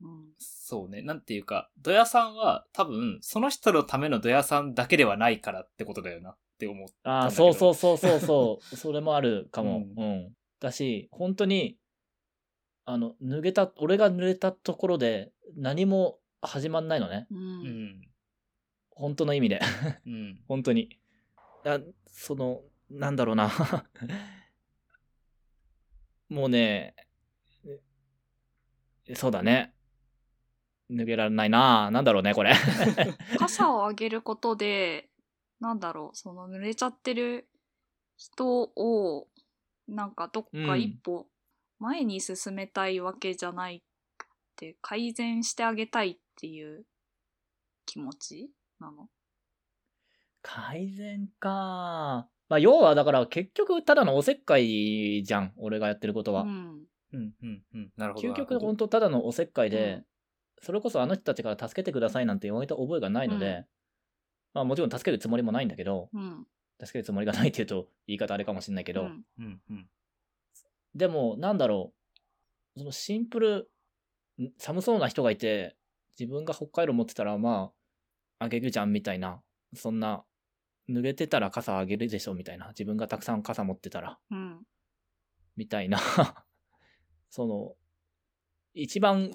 [SPEAKER 3] うん
[SPEAKER 1] そうね。なんていうか、ドヤさんは多分、その人のためのドヤさんだけではないからってことだよなって思う。
[SPEAKER 2] ああ、
[SPEAKER 1] なんだけ
[SPEAKER 2] そう
[SPEAKER 1] ど
[SPEAKER 2] そうそうそ うそう。それもあるかも。う。
[SPEAKER 1] うん
[SPEAKER 2] だし、本当に、あの、脱げた、俺が濡れたところで何も始まんないのね。
[SPEAKER 3] う
[SPEAKER 1] うんん。
[SPEAKER 2] 本当の意味で。
[SPEAKER 1] うん。
[SPEAKER 2] 本当に。あその、なんだろうな。 もうね、えそうだね。脱げられないな。なんだろうね、これ。
[SPEAKER 3] 傘をあげることで、なんだろう、その濡れちゃってる人を、なんかどっか一歩前に進めたいわけじゃないって、改善してあげたいっていう気持ちなの
[SPEAKER 2] 改善か。まあ、要はだから結局ただのおせっかいじゃん。俺がやってることは。
[SPEAKER 3] うん。
[SPEAKER 1] うんうんうん。なるほど。
[SPEAKER 2] 究極
[SPEAKER 1] ほ
[SPEAKER 2] 本
[SPEAKER 1] ん
[SPEAKER 2] 当ただのおせっかいで、
[SPEAKER 3] うん
[SPEAKER 2] それこそあの人たちから助けてくださいなんて言われた覚えがないので、
[SPEAKER 3] うん
[SPEAKER 2] まあもちろん助けるつもりもないんだけど、
[SPEAKER 3] うん。
[SPEAKER 2] 助けるつもりがないっていうと言い方あれかもしれないけど、
[SPEAKER 3] うん
[SPEAKER 1] うんうん。
[SPEAKER 2] でもなんだろう、そのシンプル、ん寒そうな人がいて、自分が北海道持ってたらまあ、あげるじゃんみたいな、そんな、濡れてたら傘あげるでしょみたいな、自分がたくさん傘持ってたら。
[SPEAKER 3] うん。
[SPEAKER 2] みたいな、 その、一番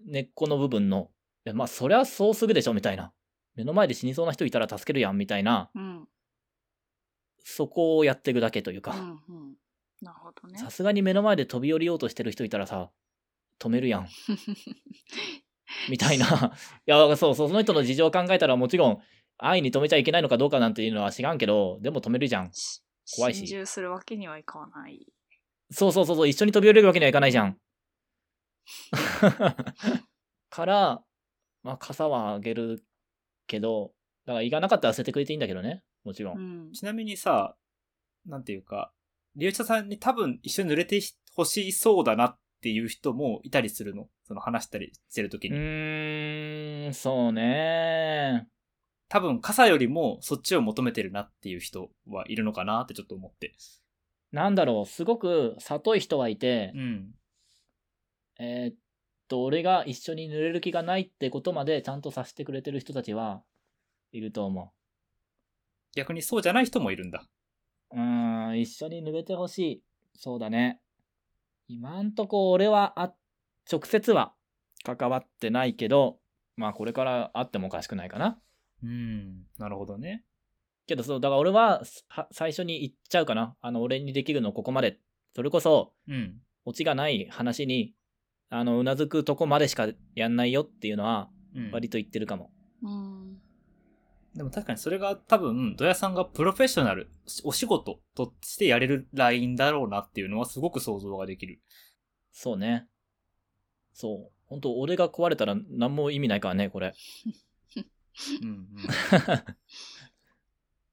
[SPEAKER 2] 根っこの部分の、いやまあ、そりゃそうすぐでしょ、みたいな。目の前で死にそうな人いたら助けるやん、みたいな、
[SPEAKER 3] うん。
[SPEAKER 2] そこをやっていくだけという
[SPEAKER 3] う
[SPEAKER 2] か、
[SPEAKER 3] んうん。なるほどね
[SPEAKER 2] さ。すがに目の前で飛び降りようとしてる人いたらさ、止めるやん、みたいな。いや、そうそう、その人の事情を考えたらもちろん、愛に止めちゃいけないのかどうかなんていうのは知らんけど、でも止めるじゃん。
[SPEAKER 3] し
[SPEAKER 2] 怖いし
[SPEAKER 3] 心中するわけにはいかない。
[SPEAKER 2] そうそうそうそう、一緒に飛び降りるわけにはいかないじゃん。 から、まあ、傘はあげるけど、だから、行かなかったら捨ててくれていいんだけどね、もちろ。
[SPEAKER 3] うんん。
[SPEAKER 1] ちなみにさ、なんていうか、リュウチャさんに多分一緒に濡れてほしそうだなっていう人もいたりするの。その話したりしてるとき
[SPEAKER 2] う
[SPEAKER 1] に。
[SPEAKER 2] ーん、そうね。
[SPEAKER 1] 多分傘よりもそっちを求めてるなっていう人はいるのかなってちょっと思って。
[SPEAKER 2] なんだろう、すごく里い人はいて
[SPEAKER 1] う、ん。
[SPEAKER 2] えーっと、俺が一緒に濡れる気がないってことまでちゃんとさせてくれてる人たちはいると思
[SPEAKER 1] 逆にそうじゃない人もいるんだ。
[SPEAKER 2] う。うーん、一緒に濡れてほしい。そうだね。今んとこ俺はあ、直接は関わってないけど、まあこれからあってもおかしくないかな。
[SPEAKER 1] うん。なるほどね。
[SPEAKER 2] けどそうだから俺はは最初に言っちゃうかなあの俺にできるのここまでそれこそ
[SPEAKER 1] うん。
[SPEAKER 2] オチがない話にあの、うなずくとこまでしかやんないよっていうのは、
[SPEAKER 1] うん
[SPEAKER 2] 割と言ってるかも。
[SPEAKER 3] うん。
[SPEAKER 1] でも確かにそれが多分、土屋さんがプロフェッショナル、お仕事としてやれるラインだろうなっていうのはすごく想像ができる。
[SPEAKER 2] そうね。そう。本当俺が壊れたら何も意味ないからね、これ。
[SPEAKER 1] うんうん。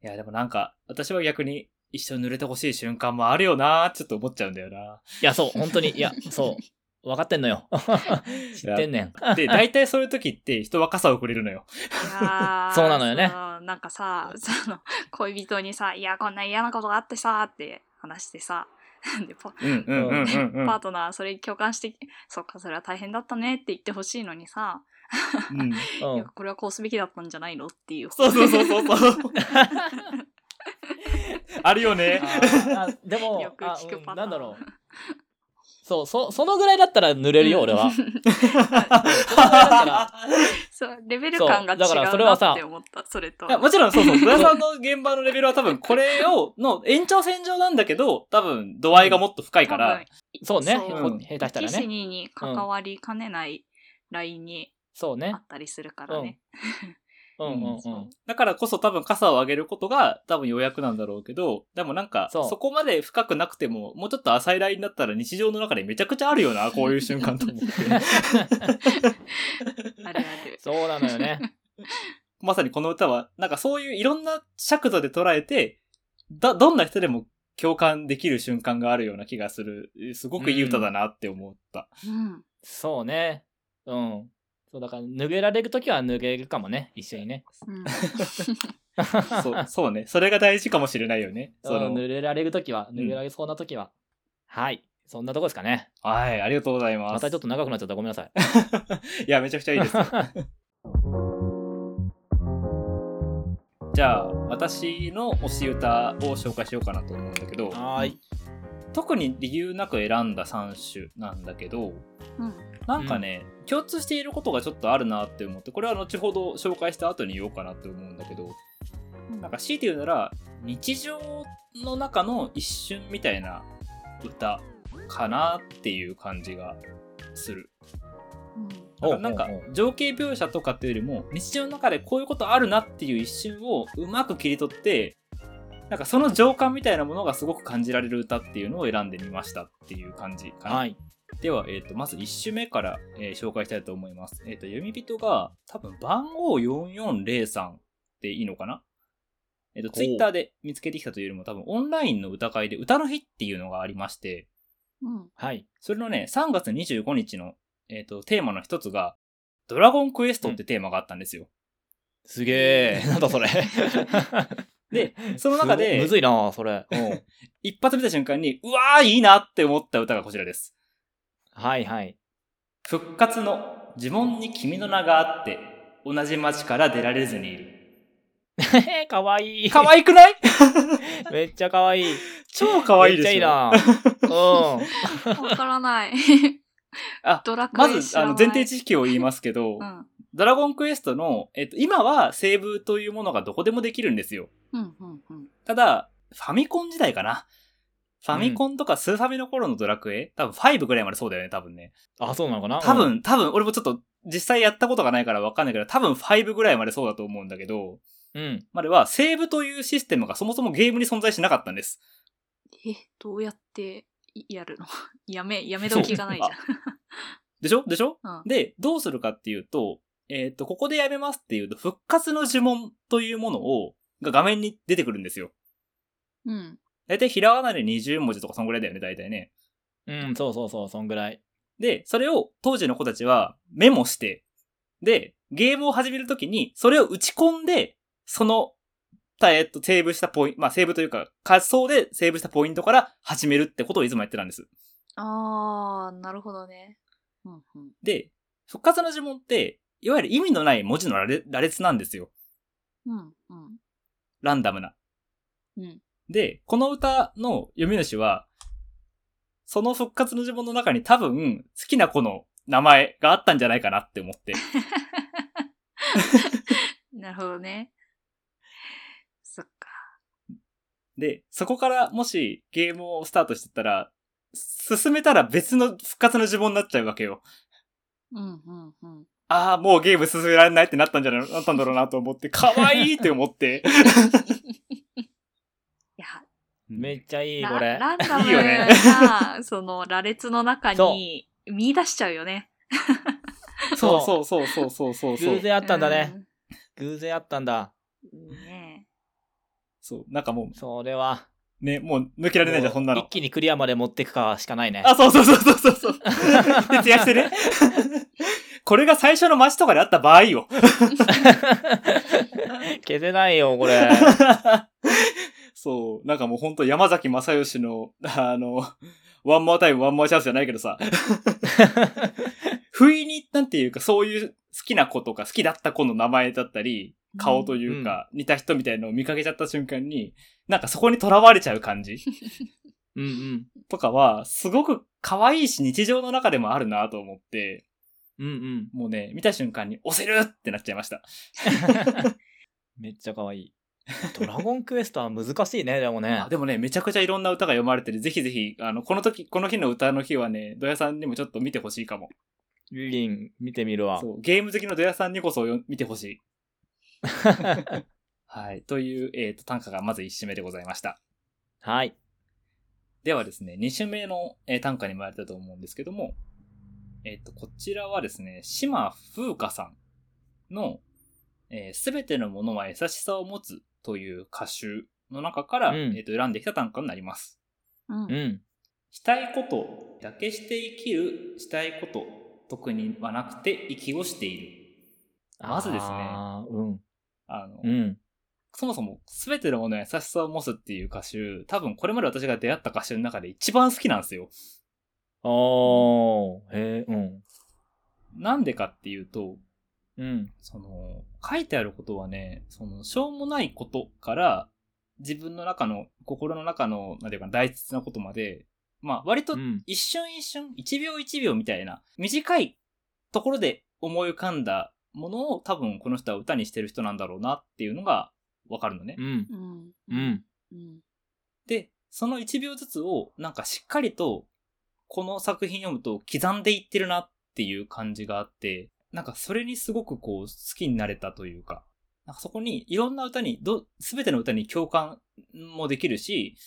[SPEAKER 1] いや、でもなんか、私は逆に一緒に濡れてほしい瞬間もあるよなーちょっと思っちゃうんだよない
[SPEAKER 2] や、そう、本当に。いや、 そう。分かってんのよ。知ってんねん。
[SPEAKER 1] で、大体そういう時って人は傘をくれるのよ。
[SPEAKER 3] いやー
[SPEAKER 2] そうなのよね
[SPEAKER 3] そなんかさ、その、恋人にさ、いや、こんな嫌なことがあってさ、って話してさ、 でパ
[SPEAKER 1] うんうんうんうんうん。
[SPEAKER 3] パートナー、それに共感して、そっか、それは大変だったねって言ってほしいのにさ、
[SPEAKER 1] うん
[SPEAKER 2] う
[SPEAKER 3] い
[SPEAKER 2] ん
[SPEAKER 3] や、これはこうすべきだったんじゃないのっていう。
[SPEAKER 1] そうそうそうそうそう。あるよね。
[SPEAKER 2] あーあでも
[SPEAKER 3] よく
[SPEAKER 2] あ
[SPEAKER 3] 聞く
[SPEAKER 2] うん
[SPEAKER 3] パター
[SPEAKER 2] なん
[SPEAKER 3] ン
[SPEAKER 2] だろうそうそそのぐらいだったら濡れるよ俺 はそのぐらいだったら
[SPEAKER 3] そう、レベル感が違う
[SPEAKER 2] そうだからそれ
[SPEAKER 3] な
[SPEAKER 2] はさ
[SPEAKER 3] って思った、それと
[SPEAKER 1] い。やもちろんそう そう、村さんの現場のレベルは多分これを、の延長線上なんだけど、多分度合いがもっと深いから、
[SPEAKER 2] そうね
[SPEAKER 3] そう
[SPEAKER 2] こ下手したら
[SPEAKER 3] 1死
[SPEAKER 2] ね
[SPEAKER 3] 2に関わりかねないラインに
[SPEAKER 2] そうね
[SPEAKER 3] あったりするから
[SPEAKER 2] うんうんう
[SPEAKER 3] ね。
[SPEAKER 2] ん
[SPEAKER 3] そう
[SPEAKER 1] だからこそ多分傘を上げることが多分予約なんだろうけど、でもなんか、
[SPEAKER 2] そう
[SPEAKER 1] そこまで深くなくても、もうちょっと浅いラインだったら日常の中でめちゃくちゃあるよな、こういう瞬間と思って。
[SPEAKER 3] あるある。
[SPEAKER 2] そうなのよね
[SPEAKER 1] まさにこの歌は、なんかそういういろんな尺度で捉えて、だ、どんな人でも共感できる瞬間があるような気がする。すごくいい歌だなって思 った。
[SPEAKER 3] うん。
[SPEAKER 2] そうねうんそうだから脱げられる時は脱げるかもね一緒にね
[SPEAKER 3] うん、
[SPEAKER 1] そう、そうね。それが大事かもしれないよね。そ
[SPEAKER 2] そ
[SPEAKER 1] の、
[SPEAKER 2] の濡れられる時は
[SPEAKER 1] ん
[SPEAKER 2] 脱げられそうな時は、はいそんなとこですかね
[SPEAKER 1] はい、ありがとうございます。
[SPEAKER 2] またちょっと長くなっちゃったごめんなさい
[SPEAKER 1] いや、めちゃくちゃいいですよ。 じゃあ、私の推し歌を紹介しようかなと思うんだけど、
[SPEAKER 2] はい
[SPEAKER 1] 特に理由なく選んだ3首なんだけど、
[SPEAKER 3] うん。
[SPEAKER 1] なんかね、共通していることがちょっとあるなって思って、これは後ほど紹介した後に言おうかなって思うんだけど、なんか強いて言うなら、日常の中の一瞬みたいな歌かなっていう感じがする。だからなんか
[SPEAKER 2] おうおうおう
[SPEAKER 1] 情景描写とかっていうよりも日常の中でこういうことあるなっていう一瞬をうまく切り取ってなんかその情感みたいなものがすごく感じられる歌っていうのを選んでみましたっていう感じかな。
[SPEAKER 2] はい
[SPEAKER 1] では、えー、とまず1首目から、えー紹介したいと思います。えー、と読み人が多分番号4403でいいのかなえっ、と
[SPEAKER 2] う
[SPEAKER 1] ツイッターで見つけてきたというよりも多分オンラインの歌会で歌の日っていうのがありまして、
[SPEAKER 3] うん。
[SPEAKER 2] はい
[SPEAKER 1] それのね、3月25日の、えー、とテーマの一つが、ドラゴンクエストってテーマがあったんですよ。
[SPEAKER 2] すげえ。 なんだそれ。
[SPEAKER 1] で、その中
[SPEAKER 2] すご
[SPEAKER 1] で
[SPEAKER 2] む、ずいなそれ。うん
[SPEAKER 1] 一発見た瞬間に、うわー、いいなって思った歌がこちらです。
[SPEAKER 2] はいはい。
[SPEAKER 1] 復活の呪文に君の名があって、同じ街から出られずにい る。
[SPEAKER 2] かわいい。
[SPEAKER 1] 可愛くない
[SPEAKER 2] めっちゃかわいい。
[SPEAKER 1] 超可愛いですよ。
[SPEAKER 2] めっちゃ いいなうん。
[SPEAKER 3] わからない。
[SPEAKER 1] あ
[SPEAKER 3] ドラクエ
[SPEAKER 1] ま
[SPEAKER 3] 知
[SPEAKER 1] ず、
[SPEAKER 3] ら
[SPEAKER 1] あ
[SPEAKER 3] ない
[SPEAKER 1] の、前提知識を言いますけど、
[SPEAKER 3] うん。
[SPEAKER 1] ドラゴンクエストの、えっ、と、今はセーブというものがどこでもできるんですよ。
[SPEAKER 3] うん。うん。うん。
[SPEAKER 1] ただ、ファミコン時代かな。ファミコンとかスーファミの頃のドラクエ、多分5ぐらいまでそうだよね、多分ね。
[SPEAKER 2] あ、そうなのかな
[SPEAKER 1] 多
[SPEAKER 2] うん
[SPEAKER 1] 分、多分、俺もちょっと実際やったことがないからわかんないけど、多分5ぐらいまでそうだと思うんだけど、
[SPEAKER 2] うん。
[SPEAKER 1] まではセーブというシステムがそもそもゲームに存在しなかったんです。
[SPEAKER 3] え、どうやってやるの やめ、やめ時がないじ
[SPEAKER 1] でしょでしょ
[SPEAKER 3] ゃん。うん。
[SPEAKER 1] で、どうするかっていうと、えーっと、ここでやめますっていうと、復活の呪文というものを、が画面に出てくるんですよ。
[SPEAKER 3] うん。
[SPEAKER 1] だいたいひらがなで20文字とかそんぐらいだよね、だいたいね。
[SPEAKER 2] うん、そうそうそう、そんぐらい。
[SPEAKER 1] で、それを当時の子たちはメモして、で、ゲームを始めるときに、それを打ち込んで、その、たえっと、セーブしたポイント、まあ、セーブというか、仮想でセーブしたポイントから始めるってことをいつもやってたんです。
[SPEAKER 3] あー、なるほどね。うん。うん。
[SPEAKER 1] で、復活の呪文って、いわゆる意味のない文字の羅列羅列なんですよ。
[SPEAKER 3] うん。うん。
[SPEAKER 1] ランダムな。
[SPEAKER 3] うん。
[SPEAKER 1] で、この歌の読み主は、その復活の呪文の中に多分、好きな子の名前があったんじゃないかなって思って。
[SPEAKER 3] なるほどね。そっか。
[SPEAKER 1] で、そこからもしゲームをスタートしてったら、進めたら別の復活の呪文になっちゃうわけよ。
[SPEAKER 3] うんうんうん。
[SPEAKER 1] ああ、もうゲーム進められないってなったんじゃな、なったんだろうなと思って、可愛いって思って。
[SPEAKER 3] いや、
[SPEAKER 2] めっちゃいい、
[SPEAKER 3] ラ
[SPEAKER 2] これ。
[SPEAKER 3] ランダム
[SPEAKER 1] いいよね
[SPEAKER 3] な、 その羅列の中
[SPEAKER 2] そ
[SPEAKER 3] に見出しちゃうよね。
[SPEAKER 1] そうそうそうそうそうそうそう
[SPEAKER 2] 偶。然あったんだね。偶然あったんだ。
[SPEAKER 3] うん。いいね。
[SPEAKER 1] そう、なんかも
[SPEAKER 2] それは。
[SPEAKER 1] う、ね、もう抜けられないじゃん、そんな
[SPEAKER 2] 一
[SPEAKER 1] の。
[SPEAKER 2] 気にクリアまで持ってくかし かないね。
[SPEAKER 1] あ、そうそうそうそうそうそう。徹夜してね。 これが最初の街とかであった場合よ。
[SPEAKER 2] 消せないよ、これ。
[SPEAKER 1] そう、なんかもうほんと山崎正義の、あの、ワンモアタイム、ワンモアチャンスじゃないけどさ、不意に、なんていうか、そういう好きな子とか好きだった子の名前だったり、顔というか、似た人みたいのを見かけちゃった瞬間に、なんかそこに囚われちゃう感じ
[SPEAKER 2] うんうん。
[SPEAKER 1] とかは、すごく可愛いし日常の中でもあるなと思って、
[SPEAKER 2] うん うん。
[SPEAKER 1] もうね、見た瞬間に押せるってなっちゃいました。
[SPEAKER 2] めっちゃ可愛い。ドラゴンクエストは難しいね、でもね
[SPEAKER 1] あ。でもね、めちゃくちゃいろんな歌が読まれてる。ぜひぜひ、あの、この時、この日の歌の日はね、土屋さんにもちょっと見てほしいかも。
[SPEAKER 2] リリン、見てみるわ。
[SPEAKER 1] そう、ゲーム好きの土屋さんにこそよ見てほしい。はい。という、えっ、と、短歌がまず1首目でございました。
[SPEAKER 2] はい。
[SPEAKER 1] ではですね、2首目の、えー短歌に参りたいと思うんですけども、えっ、と、こちらはですね、島風花さんの、えー、すべてのものは優しさを持つという歌集の中から、
[SPEAKER 2] うん
[SPEAKER 1] えっ、と、選んできた短歌になります。
[SPEAKER 3] うん
[SPEAKER 2] うん。
[SPEAKER 1] したいことだけして生きるしたいこと特にはなくて息をしているまずですね
[SPEAKER 2] あーうん。
[SPEAKER 1] あの、
[SPEAKER 2] うん。
[SPEAKER 1] そもそも全てのものに優しさを持つっていう歌集多分これまで私が出会った歌集の中で一番好きなんですよ
[SPEAKER 2] おー。へえ、うん。
[SPEAKER 1] なんでかっていうと
[SPEAKER 2] うん。
[SPEAKER 1] その書いてあることはねそのしょうもないことから自分の中の心の中の何ていうか大切なことまでまあ割と
[SPEAKER 2] うん。
[SPEAKER 1] 一瞬一瞬、一秒一秒みたいな、短いところで思い浮かんだものを多分この人は歌にしてる人なんだろうなっていうのがわかるのね。
[SPEAKER 2] うん。う
[SPEAKER 3] うん。
[SPEAKER 2] ん。
[SPEAKER 3] うん。
[SPEAKER 1] で、その一秒ずつをなんかしっかりとこの作品読むと刻んでいってるなっていう感じがあって、なんかそれにすごくこう好きになれたというか、なんかそこにいろんな歌に、ど、すべての歌に共感もできるし、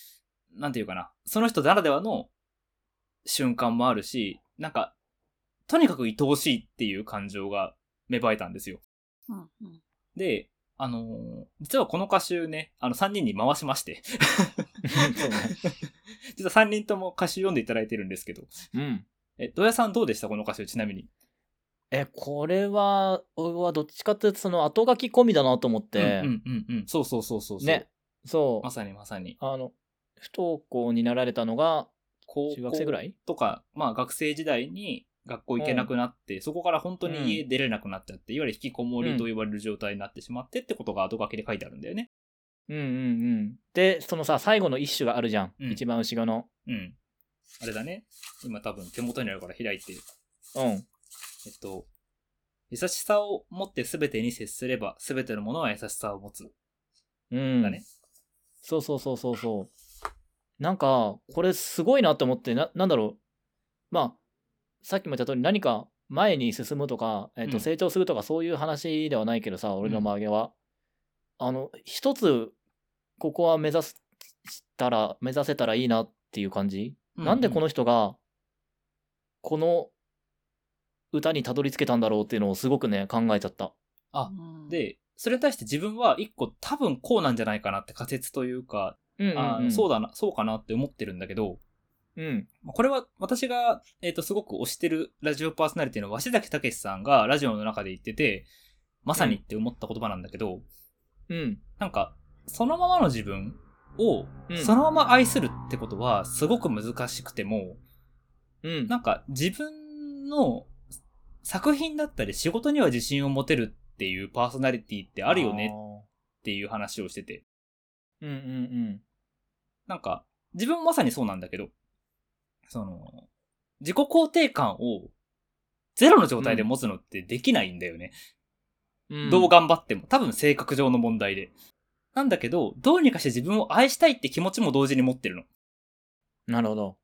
[SPEAKER 1] なんていうかな、その人ならではの瞬間もあるし、なんか、とにかく愛おしいっていう感情が芽生えたんですよ。
[SPEAKER 3] うん。うん。
[SPEAKER 1] で、あのー実はこの歌集ね、あの3人に回しまして、
[SPEAKER 2] そうね。
[SPEAKER 1] 実は3人とも歌集読んでいただいてるんですけど、
[SPEAKER 2] うん。
[SPEAKER 1] え、土屋さんどうでしたこの歌集ちなみに。
[SPEAKER 2] え、これは、俺はどっちかっていうと、その後書き込みだなと思って、
[SPEAKER 1] うんうんうんうん。そうそうそうそうそう。
[SPEAKER 2] ね。そう
[SPEAKER 1] ま。さにまさに。
[SPEAKER 2] あの、不登校になられたのが、
[SPEAKER 1] 高
[SPEAKER 2] 中学生ぐら
[SPEAKER 1] い
[SPEAKER 2] い
[SPEAKER 1] とか、まあ学生時代に学校行けなくなって、そこから本当に家出れなくなっちゃって、いわゆる引きこもりと言われる状態になってしまってってことが後書きで書いてあるんだよね。
[SPEAKER 2] うんうんうん。で、そのさ、最後の一首があるじゃん。
[SPEAKER 1] うん
[SPEAKER 2] 一番後ろの。
[SPEAKER 1] うん。あれだね。今多分手元にあるから開いて
[SPEAKER 2] うん。
[SPEAKER 1] えっと、優しさを持って全てに接すれば、全てのものは優しさを持つ。
[SPEAKER 2] うん。
[SPEAKER 1] だね。
[SPEAKER 2] そうそうそうそうそう。なんか、これすごいなと思って、な、なんだろう。まあ、さっきも言った通り、何か前に進むとか、えっ、
[SPEAKER 1] う
[SPEAKER 2] と、
[SPEAKER 1] ん
[SPEAKER 2] 成長するとか、そういう話ではないけどさ、俺の曲げは。あの、一つ、ここは目指したら、目指せたらいいなっていう感じ。なんでこ
[SPEAKER 1] の、
[SPEAKER 2] の人が、この歌にたどり着けたんだろうっていうのをすごくね、考えちゃった。
[SPEAKER 1] あ、で、それに対して自分は一個多分こうなんじゃないかなって仮説というか、
[SPEAKER 2] うん
[SPEAKER 1] あーそうだな、そうかなって思ってるんだけど、
[SPEAKER 2] うん。
[SPEAKER 1] まあこれは私が、えっとすごく推してるラジオパーソナリティの鷲崎武さんがラジオの中で言ってて、まさにって思った言葉なんだけど、
[SPEAKER 2] うん。
[SPEAKER 1] なんか、そのままの自分を
[SPEAKER 2] うん、
[SPEAKER 1] そのまま愛するってことはすごく難しくても、
[SPEAKER 2] うん。
[SPEAKER 1] なんか自分の作品だったり仕事には自信を持てるっていうパーソナリティってあるよねっていう話をしてて、
[SPEAKER 2] あー。うんうん
[SPEAKER 1] なんか自分もまさにそうなんだけど、その、自己肯定感をゼロの状態で持つのってできないんだよね。
[SPEAKER 2] うん。うん
[SPEAKER 1] どう。頑張っても。多分性格上の問題で。なんだけど、どうにかして自分を愛したいって気持ちも同時に持ってるの。
[SPEAKER 2] なるほど。
[SPEAKER 1] っ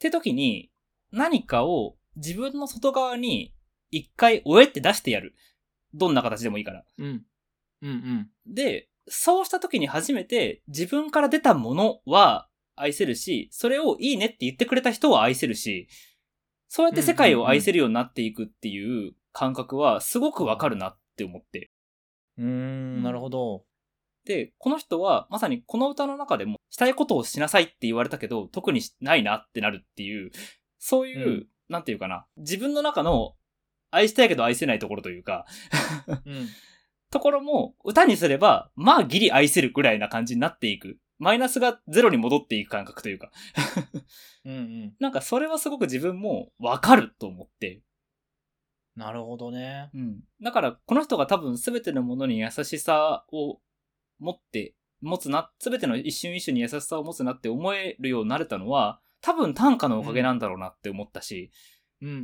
[SPEAKER 1] て時に、何かを自分の外側に一回おえって出してやる。どんな形でもいいから。
[SPEAKER 2] うん。うんうん。
[SPEAKER 1] で、そうした時に初めて自分から出たものは愛せるし、それをいいねって言ってくれた人は愛せるし、そうやって世界を愛せるようになっていくっていう感覚はすごくわかるなって思って。
[SPEAKER 2] うーん、なるほ ど。
[SPEAKER 1] で、この人はまさにこの歌の中でもしたいことをしなさいって言われたけど、特にしないなってなるっていう、そういう、
[SPEAKER 2] うん
[SPEAKER 1] なんていうかな、自分の中の愛したいけど愛せないところというか、
[SPEAKER 2] うん。
[SPEAKER 1] ところも、歌にすれば、まあギリ愛せるぐらいな感じになっていく。マイナスがゼロに戻っていく感覚というか。
[SPEAKER 2] うんうん。
[SPEAKER 1] なんかそれはすごく自分もわかると思って。
[SPEAKER 2] なるほどね。
[SPEAKER 1] うん。だから、この人が多分全てのものに優しさを持って、持つな、全ての一瞬一瞬に優しさを持つなって思えるようになれたのは、多分短歌のおかげなんだろうなって思ったし、
[SPEAKER 2] うんうんう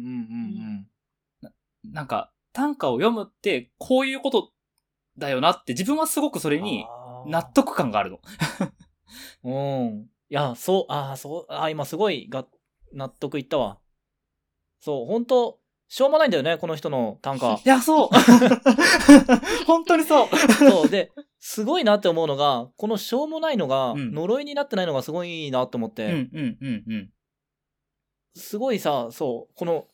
[SPEAKER 2] ん
[SPEAKER 1] なんか短歌を読むってこういうことだよなって自分はすごくそれ
[SPEAKER 2] うん。
[SPEAKER 1] に
[SPEAKER 2] あー
[SPEAKER 1] 納得感があるの。。
[SPEAKER 2] うん。いや、そう、ああ、そう、ああ、今すごいが納得いったわ。そう、本当しょうもないんだよね、この人の短
[SPEAKER 1] い
[SPEAKER 2] 歌
[SPEAKER 1] や、そう 本当にそう
[SPEAKER 2] そう、で、すごいなって思うのが、このしょうもないのが、
[SPEAKER 1] うん
[SPEAKER 2] 呪いになってないのがすごいなと思っ
[SPEAKER 1] う
[SPEAKER 2] て、
[SPEAKER 1] んうんうんうん。
[SPEAKER 2] すごいさ、そう、この、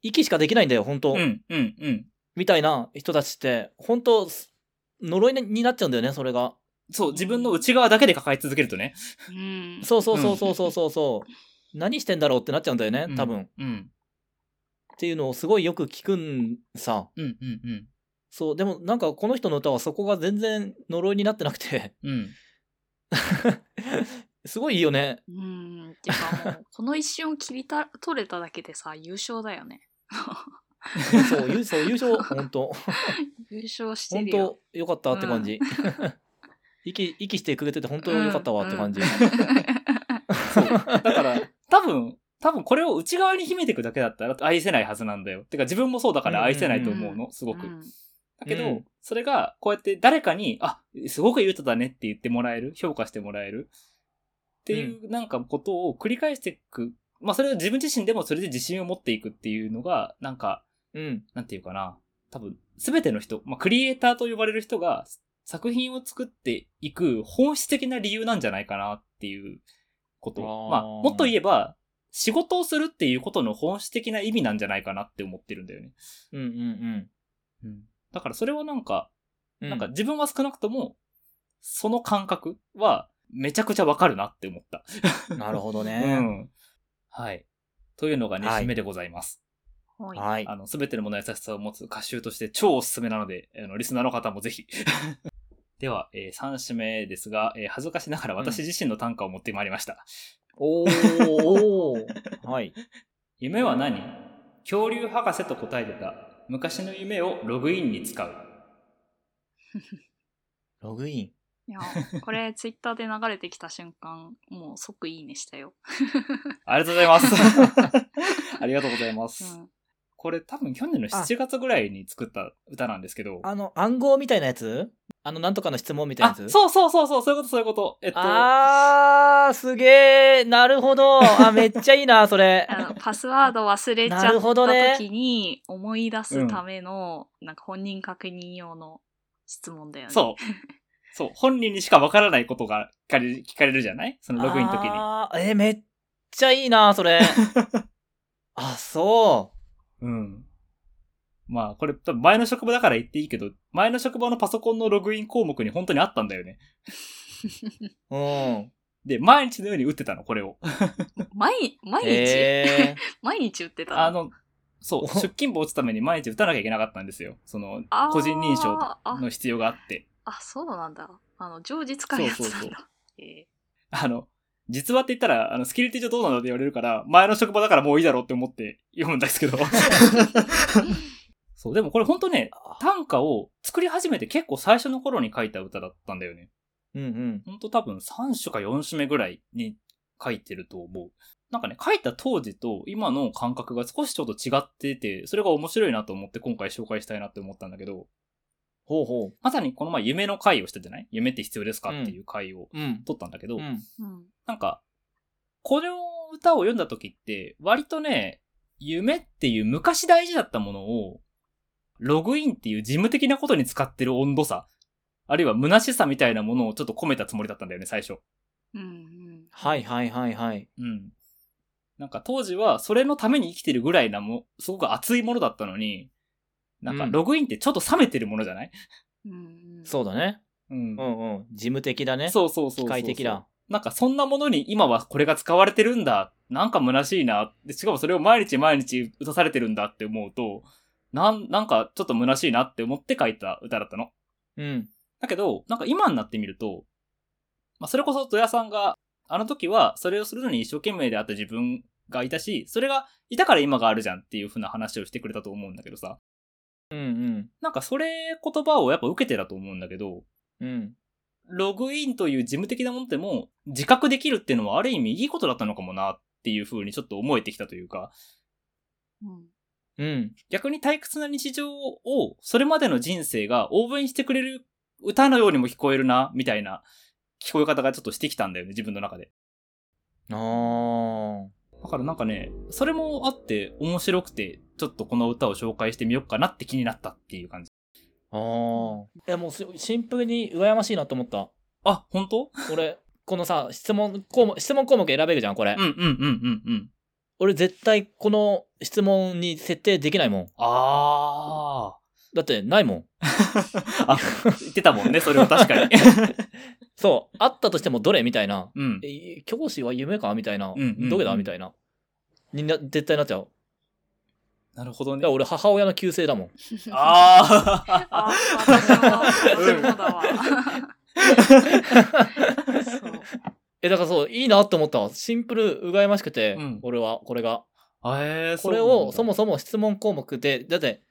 [SPEAKER 2] 息しかできないんだよ、本当、
[SPEAKER 1] うんうんうん。
[SPEAKER 2] みたいな人たちって、本当す呪いになっちゃうんだよね、それが。
[SPEAKER 1] そう、自分の内側だけで抱え続けるとね。
[SPEAKER 3] うん。
[SPEAKER 2] そうそうそうそうそうそうそう。何してんだろうってなっちゃうんだよね、多分。っ
[SPEAKER 1] うん。
[SPEAKER 2] ていうのをすごいよく聞くんさ。
[SPEAKER 1] うんうんうん。、
[SPEAKER 2] そう、でもなんかこの人の歌はそこが全然呪いになってなくて
[SPEAKER 1] うん。
[SPEAKER 2] すごいいいよね。
[SPEAKER 3] うん。てかもう、この一瞬を切りた取れただけでさ、優勝だよね。
[SPEAKER 2] そう、優そう優勝、本 当
[SPEAKER 3] 優勝して
[SPEAKER 2] 本
[SPEAKER 3] るよ。
[SPEAKER 2] 当よかったって感じ。 息、息してくれてて本当
[SPEAKER 3] うん
[SPEAKER 2] よかったわって感じ。
[SPEAKER 3] うん
[SPEAKER 1] だから、多分、多分これを内側に秘めていくだけだったら愛せないはずなんだよ。てか自分もそうだから愛せないと思うの、すごく。
[SPEAKER 3] うん
[SPEAKER 1] だけど、
[SPEAKER 2] うん
[SPEAKER 1] それがこうやって誰かに、あ、すごくいい歌だねって言ってもらえる、評価してもらえるっていうなんかことを繰り返していく。まあそれを自分自身でもそれで自信を持っていくっていうのが、なんか、
[SPEAKER 2] うん。
[SPEAKER 1] なんていうかな、多分、すべての人、まあ、クリエイターと呼ばれる人が作品を作っていく本質的な理由なんじゃないかなっていうこと。
[SPEAKER 2] あー
[SPEAKER 1] まあ、もっと言えば、仕事をするっていうことの本質的な意味なんじゃないかなって思ってるんだよね。
[SPEAKER 2] うんうん
[SPEAKER 1] うん。だからそれはなんか、
[SPEAKER 2] うん。
[SPEAKER 1] なんか自分は少なくとも、その感覚はめちゃくちゃわかるなって思った。
[SPEAKER 2] なるほど
[SPEAKER 1] う
[SPEAKER 2] ね。
[SPEAKER 1] ん。はい。というのが2
[SPEAKER 2] はい
[SPEAKER 1] 週目でございます。
[SPEAKER 3] はい
[SPEAKER 2] はい。
[SPEAKER 1] あの、すべてのものの優しさを持つ歌集として超おすすめなので、あの、リスナーの方もぜひ。 では、え3首目ですが、えー恥ずかしながら私自身の短歌を持ってまいりました。
[SPEAKER 2] おー、おー。はい。
[SPEAKER 1] 夢は何恐竜博士と答えてた。昔の夢をログインに使う。
[SPEAKER 2] ログイン。
[SPEAKER 3] いや、これツイッターで流れてきた瞬間、もう即いいねしたよ。
[SPEAKER 1] ありがとうござい ます。ありがとうございます。
[SPEAKER 3] うん。
[SPEAKER 1] これ多分去年の7月ぐらいに作った歌なんですけど。
[SPEAKER 2] あの、暗号みたいなやつあの、なんとかの質問みたいな
[SPEAKER 1] あ
[SPEAKER 2] やつ
[SPEAKER 1] そうそうそうそう、そういうことそういうこと。えっと、
[SPEAKER 2] あー、すげー。なるほど。あ、めっちゃいい な、それ。
[SPEAKER 3] あのパスワード忘れちゃ
[SPEAKER 2] なる
[SPEAKER 3] っ
[SPEAKER 2] ほどね
[SPEAKER 3] た時に思い出すための、なんか本人確認用の質問だよね。
[SPEAKER 1] そう。そう、本人にしかわからないことが聞かれる聞かれるじゃないそのログインの時に。
[SPEAKER 2] あーえーめっちゃいいな、それ。あ、そ
[SPEAKER 1] うん。まあ、これ、多分前の職場だから言っていいけど、前の職場のパソコンのログイン項目に本当にあったんだよね。
[SPEAKER 2] う。うん。
[SPEAKER 1] で、毎日のように打ってたの、これを。
[SPEAKER 3] 毎毎日、
[SPEAKER 2] へ
[SPEAKER 3] 毎日売ってたの
[SPEAKER 1] あの、そう、出勤簿を打つために毎日打たなきゃいけなかったんですよ。その
[SPEAKER 3] あ、ー
[SPEAKER 1] 個人認証の必要があって。
[SPEAKER 3] あ、そうなんだ。あの、常時使うやつなんだ。
[SPEAKER 1] そうそうそ
[SPEAKER 3] え
[SPEAKER 1] あの、実話って言ったら、あの、スキルティ上どうなのって言われるから、前の職場だからもういいだろうって思って読むんですけど。 そう、でもこれ本当ね、短歌を作り始めて結構最初の頃に書いた歌だったんだよね。
[SPEAKER 2] ーうんうん。
[SPEAKER 1] ほんと多分3種か4種目ぐらいに書いてると思う。なんかね、書いた当時と今の感覚が少しちょっと違ってて、それが面白いなと思って今回紹介したいなって思ったんだけど、
[SPEAKER 2] ほうほう。
[SPEAKER 1] まさにこの前夢の回をしたじゃない夢って必要ですかっていう回を
[SPEAKER 2] うん。
[SPEAKER 1] 撮ったんだけど、
[SPEAKER 2] うん。
[SPEAKER 3] えうん。
[SPEAKER 1] なんか、これを歌を読んだ時って、割とね、夢っていう昔大事だったものを、ログインっていう事務的なことに使ってる温度差、あるいは虚しさみたいなものをちょっと込めたつもりだったんだよね、最初。
[SPEAKER 3] うんうん。
[SPEAKER 2] はいはいはいはい。
[SPEAKER 1] うん。なんか当時はそれのために生きてるぐらいなも、すごく熱いものだったのに、なんか
[SPEAKER 2] うん
[SPEAKER 1] ログインってちょっと冷めてるものじゃない
[SPEAKER 3] うんうん、
[SPEAKER 2] そうだね。
[SPEAKER 1] うん
[SPEAKER 2] う。んうん。事務的だね。
[SPEAKER 1] そうそうそうそう。
[SPEAKER 2] 機械的だ。。
[SPEAKER 1] なんかそんなものに今はこれが使われてるんだ。なんか虚しいな。でしかもそれを毎日毎日打たされてるんだって思うと、なん、なんかちょっと虚しいなって思って書いた歌だったの。
[SPEAKER 2] うん。
[SPEAKER 1] だけど、なんか今になってみると、まあそれこそ戸谷さんが、あの時はそれをするのに一生懸命であった自分がいたし、それがいたから今があるじゃんっていう風な話をしてくれたと思うんだけどさ、
[SPEAKER 2] うん
[SPEAKER 1] なんかそれ言葉をやっぱ受けてだと思うんだけど、
[SPEAKER 2] うん。うん。
[SPEAKER 1] ログインという事務的なものでも自覚できるっていうのはある意味いいことだったのかもなっていう風にちょっと思えてきたというか、
[SPEAKER 3] うん。
[SPEAKER 2] うん。
[SPEAKER 1] 逆に退屈な日常をそれまでの人生が応援してくれる歌のようにも聞こえるな、みたいな聞こえ方がちょっとしてきたんだよね、自分の中で。
[SPEAKER 2] あー。
[SPEAKER 1] だからなんかね、それもあって面白くて、ちょっとこの歌を紹介してみようかなって気になったっていう感じ。
[SPEAKER 2] あー。いやもうすシンプルに羨ましいなと思った。
[SPEAKER 1] あ、本当
[SPEAKER 2] 俺、このさ、質問項目、質問項目選べるじゃん、これ。
[SPEAKER 1] うんうんうんうんうん。
[SPEAKER 2] 俺絶対この質問に設定できないもん。
[SPEAKER 1] あ
[SPEAKER 2] だってないもん。
[SPEAKER 1] ー。あ、 言ってたもんね、それは確か に。
[SPEAKER 2] そう。あったとしてもどれみたいな。
[SPEAKER 1] うん。
[SPEAKER 2] え教師は夢かみたいな。
[SPEAKER 1] んうんうん
[SPEAKER 2] どれだみたいな。にな、絶対なっちゃう。
[SPEAKER 1] なるほど
[SPEAKER 2] だ
[SPEAKER 1] ね
[SPEAKER 2] から。俺母親の旧姓だもん。
[SPEAKER 1] あ
[SPEAKER 3] あ、私も、私もだわ。そう。
[SPEAKER 2] え、だからそう、いいなと思ったわ。シンプル、羨ましくて、
[SPEAKER 1] うん
[SPEAKER 2] 俺は、これが。
[SPEAKER 1] あ。えー、
[SPEAKER 2] これを、そもそも質問項目で、だって、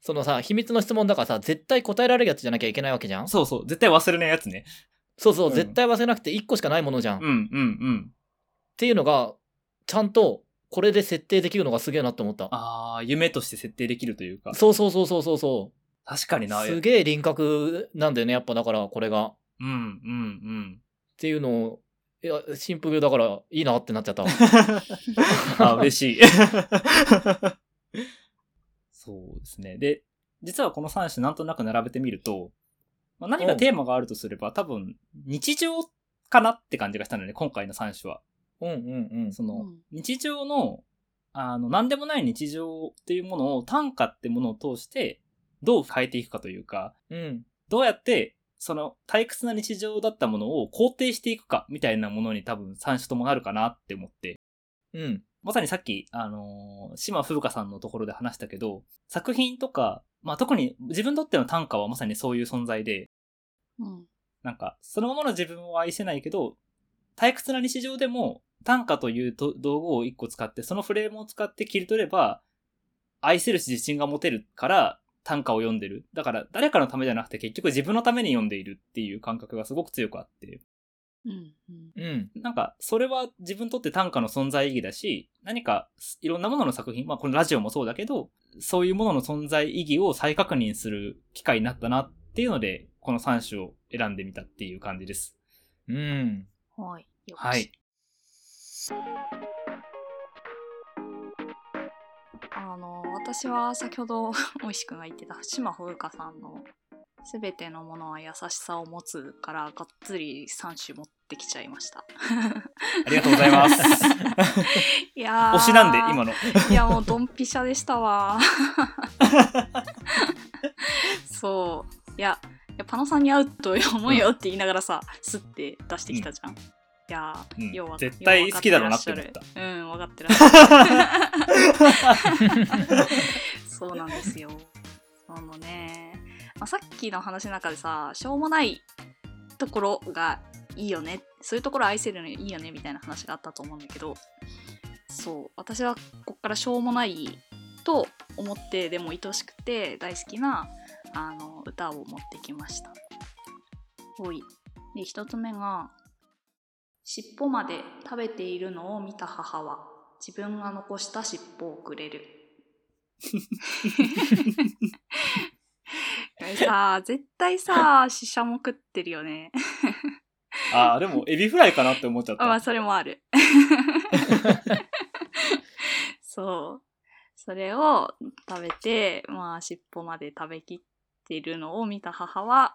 [SPEAKER 2] そのさ、秘密の質問だからさ、絶対答えられるやつじゃなきゃいけないわけじゃん
[SPEAKER 1] そうそう、絶対忘れないやつね。
[SPEAKER 2] そうそう、
[SPEAKER 1] うん
[SPEAKER 2] 絶対忘れなくて1個しかないものじゃん。
[SPEAKER 1] う
[SPEAKER 2] っ
[SPEAKER 1] んうんうん。
[SPEAKER 2] ていうのが、ちゃんと、これで設定できるのがすげえなと思った。
[SPEAKER 1] あー、夢として設定できるというか。
[SPEAKER 2] そうそうそうそうそうそ
[SPEAKER 1] 確かに
[SPEAKER 2] う。
[SPEAKER 1] な。
[SPEAKER 2] すげえ輪郭なんだよね、やっぱだから、これが。っ
[SPEAKER 1] うんうん
[SPEAKER 2] ていうのを、いや、シンプルだから、いいなってなっちゃ ったわ。
[SPEAKER 1] うん。あ、嬉しい。そうですね。で、実はこの3種なんとなく並べてみると、まあ、何かテーマがあるとすれば、多分、日常かなって感じがしたので、今回の3種は。
[SPEAKER 2] うんうんうん。
[SPEAKER 1] その、
[SPEAKER 3] うん
[SPEAKER 1] 日常の、あの、何でもない日常っていうものを短歌ってものを通して、どう変えていくかというか、
[SPEAKER 2] うん。
[SPEAKER 1] どうやって、その退屈な日常だったものを肯定していくか、みたいなものに多分三種ともなるかなって思って。
[SPEAKER 2] うん。
[SPEAKER 1] まさにさっき、あのー島風花さんのところで話したけど、作品とか、まあ、特に自分にとっての短歌はまさにそういう存在で、
[SPEAKER 3] うん。
[SPEAKER 1] なんか、そのままの自分を愛せないけど、退屈な日常でも短歌というと道具を一個使って、そのフレームを使って切り取れば、愛せるし自信が持てるから短歌を読んでる。だから誰かのためじゃなくて結局自分のために読んでいるっていう感覚がすごく強くあって。
[SPEAKER 3] うん。うん。
[SPEAKER 2] うん。
[SPEAKER 1] なんか、それは自分にとって短歌の存在意義だし、何かいろんなものの作品、まあこのラジオもそうだけど、そういうものの存在意義を再確認する機会になったなっていうので、この3種を選んでみたっていう感じです。
[SPEAKER 2] うん。
[SPEAKER 3] はい。よし
[SPEAKER 1] はい。。
[SPEAKER 3] あの私は先ほど おいしくんが言ってた島風花さんの「すべてのものは優しさを持つ」からがっつり3種持ってきちゃいました
[SPEAKER 1] ありがとうございます。
[SPEAKER 3] いやー
[SPEAKER 1] 推しなんで、今の。
[SPEAKER 3] いやもうドンピシャでし たわそういやいやパノさんに会うと思うよって言いながらさ、スッて出してきたじゃん、いやー、
[SPEAKER 1] うん
[SPEAKER 3] ようわ
[SPEAKER 1] 絶対好きだろうなって思っ
[SPEAKER 3] よう分かってらっしゃるうん分かってらっしゃるそうなんですよ。あのね、まあ、さっきの話の中でさ、しょうもないところがいいよね、そういうところ愛せるのいいよねみたいな話があったと思うんだけど、そう、私はこっからしょうもないと思って、でも愛しくて大好きなあの歌を持ってきました。おい。で、一つ目が、尻尾まで食べているのを見た母は、自分が残した尻尾をくれる。これさ絶対さ死者も食ってるよね
[SPEAKER 1] ああ、でも、エビフライかなって思っちゃっ
[SPEAKER 3] あまあ、
[SPEAKER 1] た。
[SPEAKER 3] それもある。そう。それを食べて、まあ、尻尾まで食べきってるのを見た母は、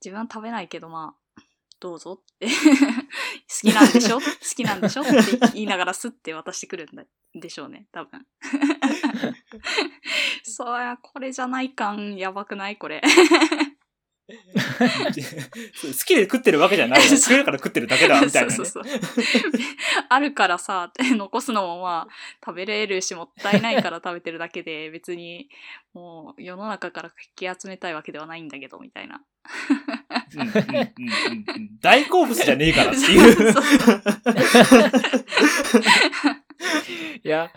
[SPEAKER 3] 自分は食べないけど、まあ、どうぞって。好きなんでしょ好きなんでしょって言いながらスッて渡してくるんだでしょうね、多分。そうや、これじゃない感、やばくないこれ。
[SPEAKER 1] そう好きで食ってるわけじゃないよ。
[SPEAKER 3] そう
[SPEAKER 1] 食えるから食ってるだけだ、みたいな、ね。
[SPEAKER 3] そうそうそうあるからさ、残すのもまあ、食べれるし、もったいないから食べてるだけで、別に、もう、世の中からかき集めたいわけではないんだけど、みた いな。
[SPEAKER 1] うんうんうんうんうん大好物じゃねえからっていう。
[SPEAKER 3] そうそう
[SPEAKER 2] いや、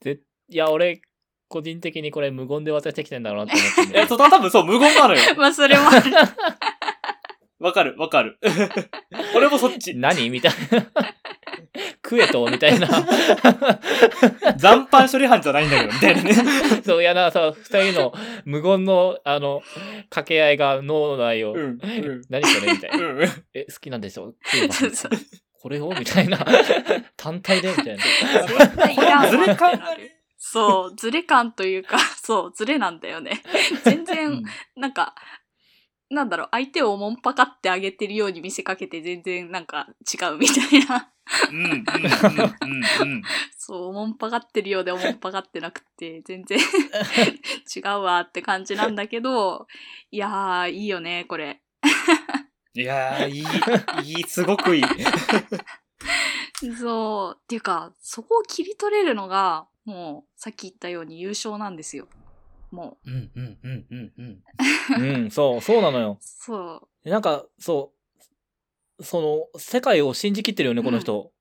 [SPEAKER 2] ぜいや、俺、個人的にこれ無言で渡してきてんだろうなと思ってん
[SPEAKER 1] いや、
[SPEAKER 2] だけ
[SPEAKER 1] そう
[SPEAKER 2] ど。
[SPEAKER 1] 多分そう、無言 なのよ。
[SPEAKER 3] まあ、それもある。
[SPEAKER 1] わかる、わかる。 俺もそっち。
[SPEAKER 2] 何みたい な。食えとみたい な。
[SPEAKER 1] 残飯処理班じゃないんだけど、みた いなね。
[SPEAKER 2] そう、いやな、さ、二人の無言の、あの、掛け合いが脳内を、
[SPEAKER 1] うん、うん。
[SPEAKER 2] 何それみたいな。
[SPEAKER 1] うん
[SPEAKER 2] え、好きなんでしょ食えば
[SPEAKER 3] そう そう
[SPEAKER 2] これをみたいな。単体でみたいな。
[SPEAKER 3] 絶対いらんわ
[SPEAKER 1] ずれ感ある
[SPEAKER 3] そう、ズレ感というか、そう、ズレなんだよね。全然、なんか、なんだろう、相手をおもんぱかってあげてるように見せかけて、全然なんか違うみたいな。
[SPEAKER 1] うん、うん、うん、うんうん。
[SPEAKER 3] そう、おもんぱかってるようでおもんぱかってなく て、全然違うわって感じなんだけど、いやー、いいよね、これ。
[SPEAKER 1] いやー、いい、いい、すごくいい。
[SPEAKER 3] そう、っていうか、そこを切り取れるのが、もう、さっき言ったように優勝なんですよ。もう、
[SPEAKER 1] うん、うん、うん、うん、うん。
[SPEAKER 2] うん、そう、そうなのよ。
[SPEAKER 3] そ
[SPEAKER 2] なんか、そう、その、世界を信じきってるよね、この人。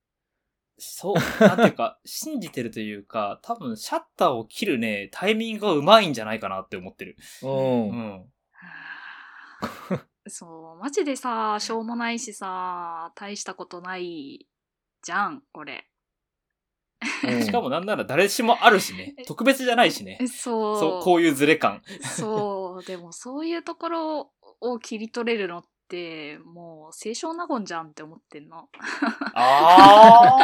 [SPEAKER 1] そう、なんていうか、信じてるというか、多分シャッターを切るね、タイミングがうまいんじゃないかなって思ってる。
[SPEAKER 2] うん。
[SPEAKER 1] うん。
[SPEAKER 3] う。そう、マジでさ、しょうもないしさ、大したことないじゃん、これ。
[SPEAKER 2] うん
[SPEAKER 1] しかもなんなら誰しもあるしね。特別じゃないしね。
[SPEAKER 3] そう。
[SPEAKER 1] そう、こういうズレ 感。
[SPEAKER 3] そう、でもそういうところを切り取れるのって、もう、清少納言じゃんって思ってんの。
[SPEAKER 1] あ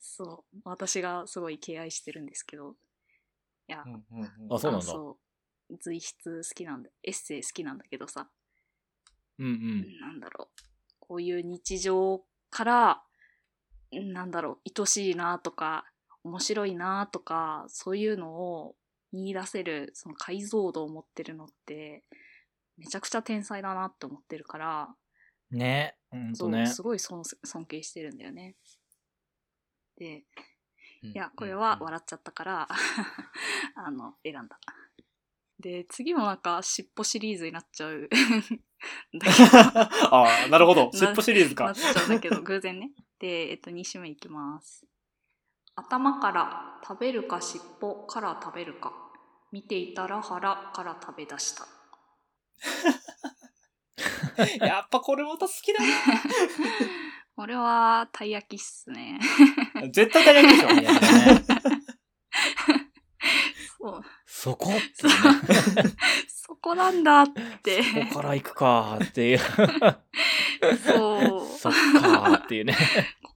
[SPEAKER 3] そう、私がすごい敬愛してるんですけど。いや
[SPEAKER 1] ー、うんうんうん
[SPEAKER 2] あ、そうなんだ。う
[SPEAKER 3] そう随筆好きなんだ、エッセイ好きなんだけどさ、
[SPEAKER 2] んうん。
[SPEAKER 3] なんだろう、こういう日常から、なんだろう、愛しいなとか、面白いなとか、そういうのを見出せる、その解像度を持ってるのって、めちゃくちゃ天才だなって思ってるから、
[SPEAKER 2] ね。ほん
[SPEAKER 3] そ
[SPEAKER 2] と
[SPEAKER 3] う、
[SPEAKER 2] ね。
[SPEAKER 3] すごい尊尊敬してるんだよね。で、
[SPEAKER 1] うん
[SPEAKER 3] いや、これは笑っちゃったから、 あの、選んだ。で、次もなんか、尻尾シリーズになっちゃう んだけど、
[SPEAKER 1] ああ、 なるほ ど。尻尾シリーズ
[SPEAKER 3] な
[SPEAKER 1] か。
[SPEAKER 3] っちゃうんだけど、偶然ね。で、えっと、2種目いきます。頭から食べるか尻尾から食べるか。見ていたら腹から食べ出した。
[SPEAKER 1] やっぱこれまた好きだ
[SPEAKER 3] これは、たい焼きっすね。
[SPEAKER 1] な。絶対大丈夫
[SPEAKER 2] い
[SPEAKER 1] でし
[SPEAKER 2] や
[SPEAKER 1] ょ。
[SPEAKER 2] ね
[SPEAKER 3] そう。
[SPEAKER 2] そこって
[SPEAKER 3] そ
[SPEAKER 2] いううね
[SPEAKER 3] そこなんだ って。
[SPEAKER 2] そこから行くかーっていう。
[SPEAKER 3] そう。
[SPEAKER 2] そっかーっていうね。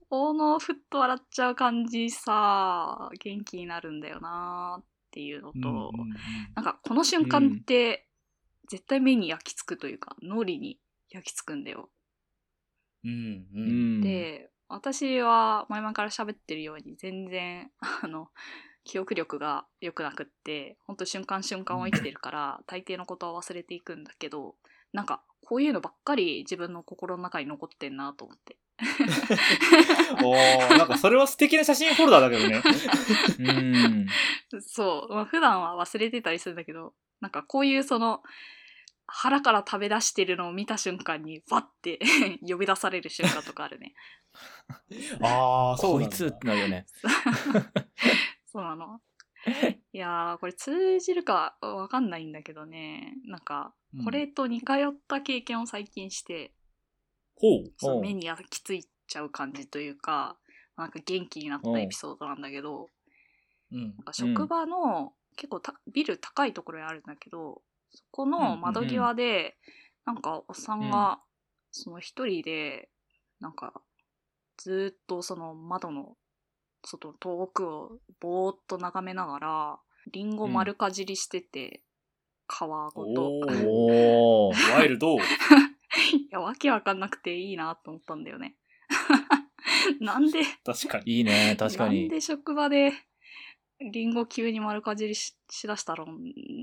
[SPEAKER 3] このふっと笑っちゃう感じさ、元気になるんだよなっていうのと、
[SPEAKER 1] うんうんうん
[SPEAKER 3] なんかこの瞬間って、絶対目に焼き付くというか、脳裏に焼き付くんだよ。
[SPEAKER 1] うんう。
[SPEAKER 2] うんん。
[SPEAKER 3] で、私は前々から喋ってるように、全然、あの、記憶力が良くなくって、ほんと瞬間瞬間を生きてるから、大抵のことは忘れていくんだけど、なんか、こういうのばっかり自分の心の中に残ってんなと思って。
[SPEAKER 1] おーなんかそれは素敵な写真フォルダだけどね。
[SPEAKER 2] うん。
[SPEAKER 3] そう、まあ、普段は忘れてたりするんだけどなんかこういうその腹から食べ出してるのを見た瞬間にバッて 呼び出される瞬間とかあ るね
[SPEAKER 1] ああ、そう
[SPEAKER 2] こ
[SPEAKER 1] なん
[SPEAKER 2] い
[SPEAKER 1] だ
[SPEAKER 2] つってなるよね。
[SPEAKER 3] そうなのいやーこれ通じるかわかんないんだけどねなんかこれと似通った経験を最近して、
[SPEAKER 1] ほ
[SPEAKER 3] そう
[SPEAKER 2] おう
[SPEAKER 3] 目に焼き付いちゃう感じというかなんか元気になったエピソードなんだけど、
[SPEAKER 1] う。うん
[SPEAKER 3] なんか職場の、結構たビル高いところにあるんだけどそこの窓際で、なんかおっさんがその一人で、なんか、ずーっとその窓の外、遠くをぼーっと眺めながら、リンゴ丸かじりしてて、皮ごと。
[SPEAKER 1] おー
[SPEAKER 3] い
[SPEAKER 2] おー。
[SPEAKER 1] ワイルド。
[SPEAKER 3] や、わけわかんなくていいなと思ったんだよね。 なんで、
[SPEAKER 1] 確かに。
[SPEAKER 2] いいね、確か
[SPEAKER 3] なん
[SPEAKER 2] に。
[SPEAKER 3] で職場で、リンゴ急に丸かじりししだしたん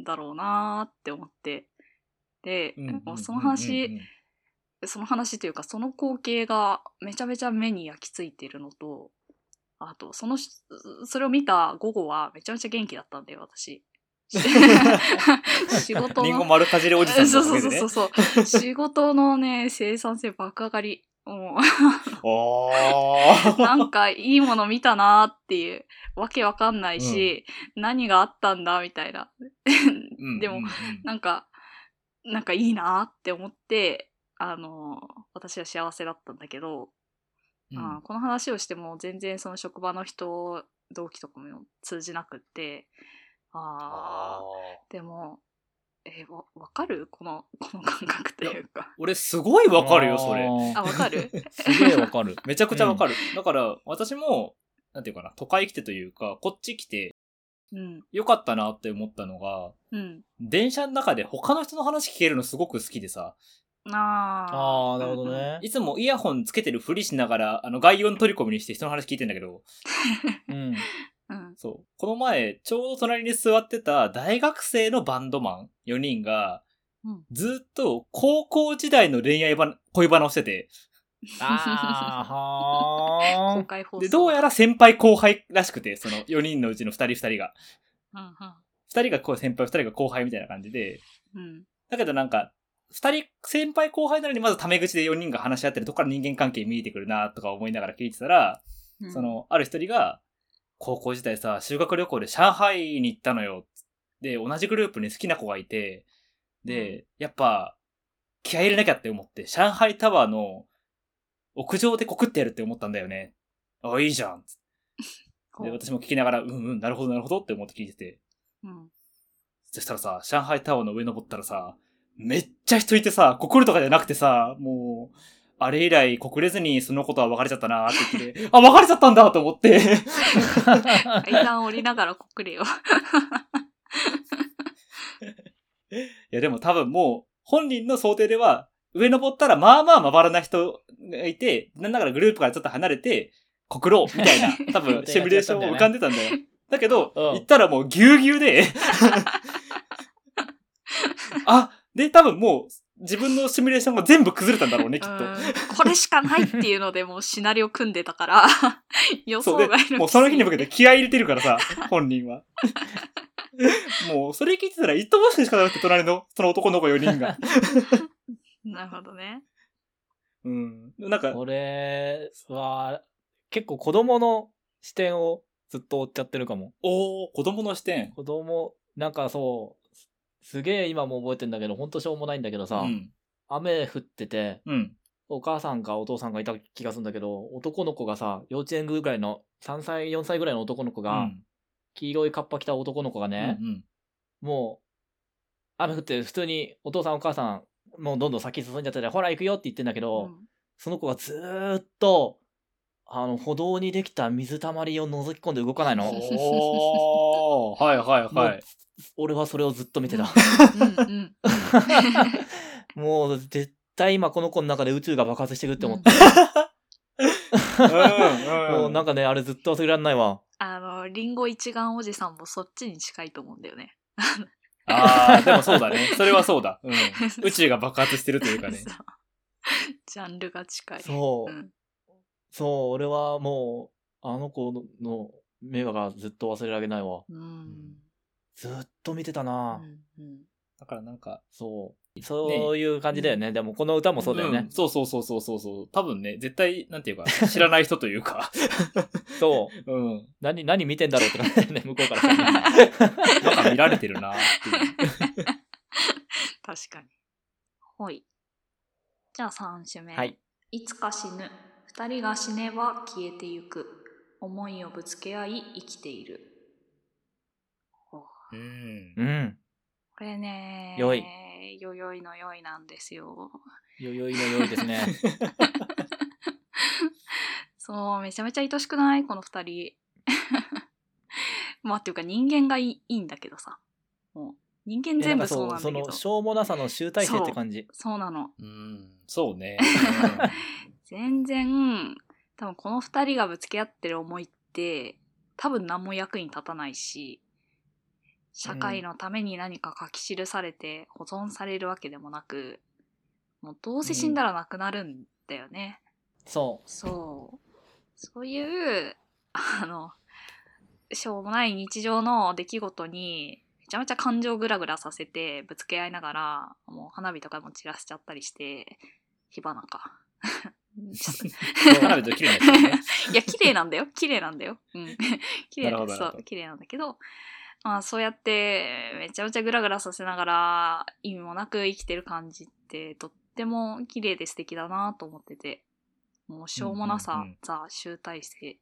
[SPEAKER 3] だろうなーって思って。で、もうその話、
[SPEAKER 1] うんうんうんうん、
[SPEAKER 3] その話というかその光景がめちゃめちゃ目に焼き付いてるのとあとそのしそれを見た午後はめちゃめちゃ元気だったんだよ 私仕事
[SPEAKER 1] リンゴ
[SPEAKER 3] の
[SPEAKER 1] 丸かじりおじさん
[SPEAKER 3] そ
[SPEAKER 1] の
[SPEAKER 3] う
[SPEAKER 1] おか
[SPEAKER 3] そ
[SPEAKER 1] げ
[SPEAKER 3] うそ
[SPEAKER 1] で
[SPEAKER 3] う
[SPEAKER 1] ね
[SPEAKER 3] そう。そう仕事のね生産性爆上がりも
[SPEAKER 1] お
[SPEAKER 3] う
[SPEAKER 1] ー。
[SPEAKER 3] なんかいいもの見たなーっていうわけわかんないし、何があったんだみたいな でも
[SPEAKER 1] うんうんうん
[SPEAKER 3] なんか、なんかいいなって思って、あの、私は幸せだったんだけど、
[SPEAKER 1] うん
[SPEAKER 3] あーこの話をしても全然その職場の人、同期とかも通じなくって、ああ、でも、えーわ、わかるこの、 この感覚という か。
[SPEAKER 1] 俺すごいわかるよ、それ。
[SPEAKER 3] あ、
[SPEAKER 2] あー
[SPEAKER 3] わかる
[SPEAKER 2] すげえわかる。
[SPEAKER 1] めちゃくちゃわかる。だから、私も、なんていうかな、都会来てというか、こっち来て
[SPEAKER 3] うん、
[SPEAKER 1] よかったなって思ったのが、
[SPEAKER 3] うん。
[SPEAKER 1] 電車の中で他の人の話聞けるのすごく好きでさ、
[SPEAKER 3] ああ。
[SPEAKER 2] あー、なるほどね。
[SPEAKER 1] いつもイヤホンつけてるふりしながら、あの、概要の取り込みにして人の話聞いてんだけど、
[SPEAKER 2] うん。
[SPEAKER 3] うん。うん。
[SPEAKER 1] そう。この前、ちょうど隣に座ってた大学生のバンドマン4人が、
[SPEAKER 3] うん
[SPEAKER 1] ずっと高校時代の恋愛ば恋バナをしてて、
[SPEAKER 2] あー、
[SPEAKER 3] 公
[SPEAKER 2] は
[SPEAKER 3] 開放送。
[SPEAKER 1] で、どうやら先輩後輩らしくて、その4人のうちの2人2人が。
[SPEAKER 3] うん、うん、
[SPEAKER 1] 2人がこう先輩、2人が後輩みたいな感じで、
[SPEAKER 3] うん。
[SPEAKER 1] だけどなんか、2人、先輩後輩なのにまずタメ口で4人が話し合ってるとこから人間関係見えてくるなとか思いながら聞いてたら、
[SPEAKER 3] うん
[SPEAKER 1] そ、の、ある一人が、高校時代さ、修学旅行で上海に行ったのよ。で、同じグループに好きな子がいて、で、やっぱ、気合い入れなきゃって思って、上海タワーの屋上で告ってやるって思ったんだよね。あ、いいじゃん。
[SPEAKER 3] こう
[SPEAKER 1] で、私も聞きながら、うんうん、なるほどなるほどって思って聞いてて。
[SPEAKER 3] うん。
[SPEAKER 1] そしたらさ、上海タワーの上登ったらさ、めっちゃ人いてさ、告るとかじゃなくてさ、もう、あれ以来告れずにそのことは別れちゃったなーって言ってて、あ、別れちゃったんだと思って。
[SPEAKER 2] ー。
[SPEAKER 3] 階段降りながら 告れよ。
[SPEAKER 1] いや、でも多分もう、本人の想定では、上登ったら、まあまあまばらな人がいて、なんだからグループからちょっと離れて、告ろうみたいな、多分、シミュレーションを浮かんでたんだよ。だけど、
[SPEAKER 2] うん
[SPEAKER 1] 行ったらもうぎゅうぎゅうで、あ、で、多分もう、自分のシミュレーションが全部崩れたんだろうね、きっと。
[SPEAKER 3] うんこれしかないっていうのでもうシナリオ組んでたから 予想
[SPEAKER 1] そうで
[SPEAKER 3] 外の奇跡、
[SPEAKER 1] もうその日に向けて気合い入れてるからさ、本人は。もう、それ聞いてたら、一等星しかなくて、隣の、その男の子4人が。
[SPEAKER 3] なるほどね
[SPEAKER 1] うん。なんか、
[SPEAKER 2] これは、結構子供の視点をずっと追っちゃってるかも。
[SPEAKER 1] おー、子供の視点。
[SPEAKER 2] 子供、なんかそう、すすげえ今も覚えてんだけど、ほんとしょうもないんだけどさ、
[SPEAKER 1] うん。
[SPEAKER 2] 雨降ってて、
[SPEAKER 1] うん。
[SPEAKER 2] お母さんかお父さんがいた気がするんだけど、男の子がさ、幼稚園ぐらいの、3歳、4歳ぐらいの男の子が、
[SPEAKER 1] うん
[SPEAKER 2] 黄色いカッパ着た男の子がね、
[SPEAKER 1] うん
[SPEAKER 2] もう、雨降って普通にお父さんお母さん、もうどんどん先進んじゃってて、ほら行くよって言ってんだけど、
[SPEAKER 3] うん
[SPEAKER 2] その子がずーっと、あの、歩道にできた水たまりを覗き込んで動かない の。
[SPEAKER 1] おー、はいはい
[SPEAKER 2] も
[SPEAKER 1] は
[SPEAKER 2] う
[SPEAKER 1] い。
[SPEAKER 2] 俺はそれをずっと見てた。
[SPEAKER 3] う んうん
[SPEAKER 2] もう、絶対今この子の中で宇宙が爆発してくって思って。
[SPEAKER 1] うん
[SPEAKER 2] もうなんかね、あれずっと忘れられないわ。
[SPEAKER 3] あのリンゴ一眼おじさんもそっちに近いと思うんだよね。
[SPEAKER 1] ああ、でもそうだね。 それはそうだ。うん宇宙が爆発してるというかね
[SPEAKER 3] そう ジャンルが近い
[SPEAKER 2] そう、
[SPEAKER 3] ん
[SPEAKER 2] そう、俺はもう、あの子のの目がずっと忘れられないわ。
[SPEAKER 3] うん
[SPEAKER 2] ずっと見てたな、
[SPEAKER 3] うんうん
[SPEAKER 1] だからなんか、
[SPEAKER 2] そう。そういう感じだよね。でも、この歌もそうだよね
[SPEAKER 1] ん。そうそうそうそうそうそう。多分ね、絶対、なんていうか、知らない人というか。
[SPEAKER 2] そ う。
[SPEAKER 1] うん。
[SPEAKER 2] 何、何見てんだろうって感じだ よね、向こうからしたらね。
[SPEAKER 1] なんか見られてるなっていう。
[SPEAKER 3] 確かにほいじゃあ3種目
[SPEAKER 2] はい。
[SPEAKER 3] いつか死ぬ二人が死ねば消えてゆく思いをぶつけ合い生きている
[SPEAKER 1] うん
[SPEAKER 2] うん。
[SPEAKER 3] これね
[SPEAKER 2] よい
[SPEAKER 3] よよいのよいなんですよ
[SPEAKER 2] よよいのよいですね。
[SPEAKER 3] そう、めちゃめちゃ愛しくないこの二人。 まあ、っていうか人間がいいいいんだけどさ。もう、人間全部そうなんだけ
[SPEAKER 2] いや
[SPEAKER 3] ど
[SPEAKER 2] か。そうその、しょうもなさの集大成って感じ。
[SPEAKER 3] そうなの。
[SPEAKER 1] うん、そう ね。
[SPEAKER 3] 全然、多分この二人がぶつけ合ってる思いって、多分何も役に立たないし、社会のために何か書き記されて保存されるわけでもなく、もうどうせ死んだらなくなるんだよね。
[SPEAKER 2] そ
[SPEAKER 3] そう。そういう、あの、しょうもない日常の出来事に、めちゃめちゃ感情グラグラさせて、ぶつけ合いながら、もう花火とかも散らしちゃったりして、火花か。
[SPEAKER 2] う。そう
[SPEAKER 1] 花火と綺麗になっちゃうね。
[SPEAKER 3] いや、綺麗なんだよ。綺麗なんだよ。うん。 綺麗
[SPEAKER 1] なるほどなる
[SPEAKER 3] そ
[SPEAKER 1] ほど
[SPEAKER 3] う、綺麗なんだけど、まあそうやって、めちゃめちゃグラグラさせながら、意味もなく生きてる感じって、とっても綺麗で素敵だなと思ってて、もうしょうもなさ、
[SPEAKER 1] うんうんうん
[SPEAKER 3] ザ、集大成っ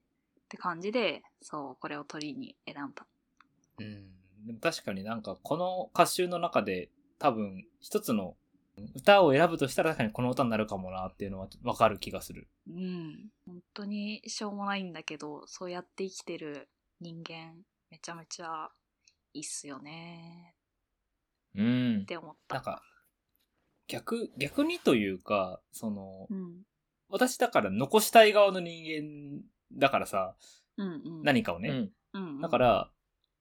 [SPEAKER 3] て感じで、そう、これを鳥に選んだ。
[SPEAKER 1] うん、でも確かになんかこの歌集の中で多分一つの歌を選ぶとしたら確かにこの歌になるかもなっていうのはわかる気がする。
[SPEAKER 3] うん。本当にしょうもないんだけど、そうやって生きてる人間、めちゃめちゃいいっすよね
[SPEAKER 2] うん
[SPEAKER 3] っ。て思った。
[SPEAKER 1] なんか、逆、逆にというか、その、
[SPEAKER 3] うん。
[SPEAKER 1] 私だから残したい側の人間だからさ、
[SPEAKER 3] うんうん。
[SPEAKER 1] 何かをね。
[SPEAKER 2] うん
[SPEAKER 3] うんうん
[SPEAKER 1] だから、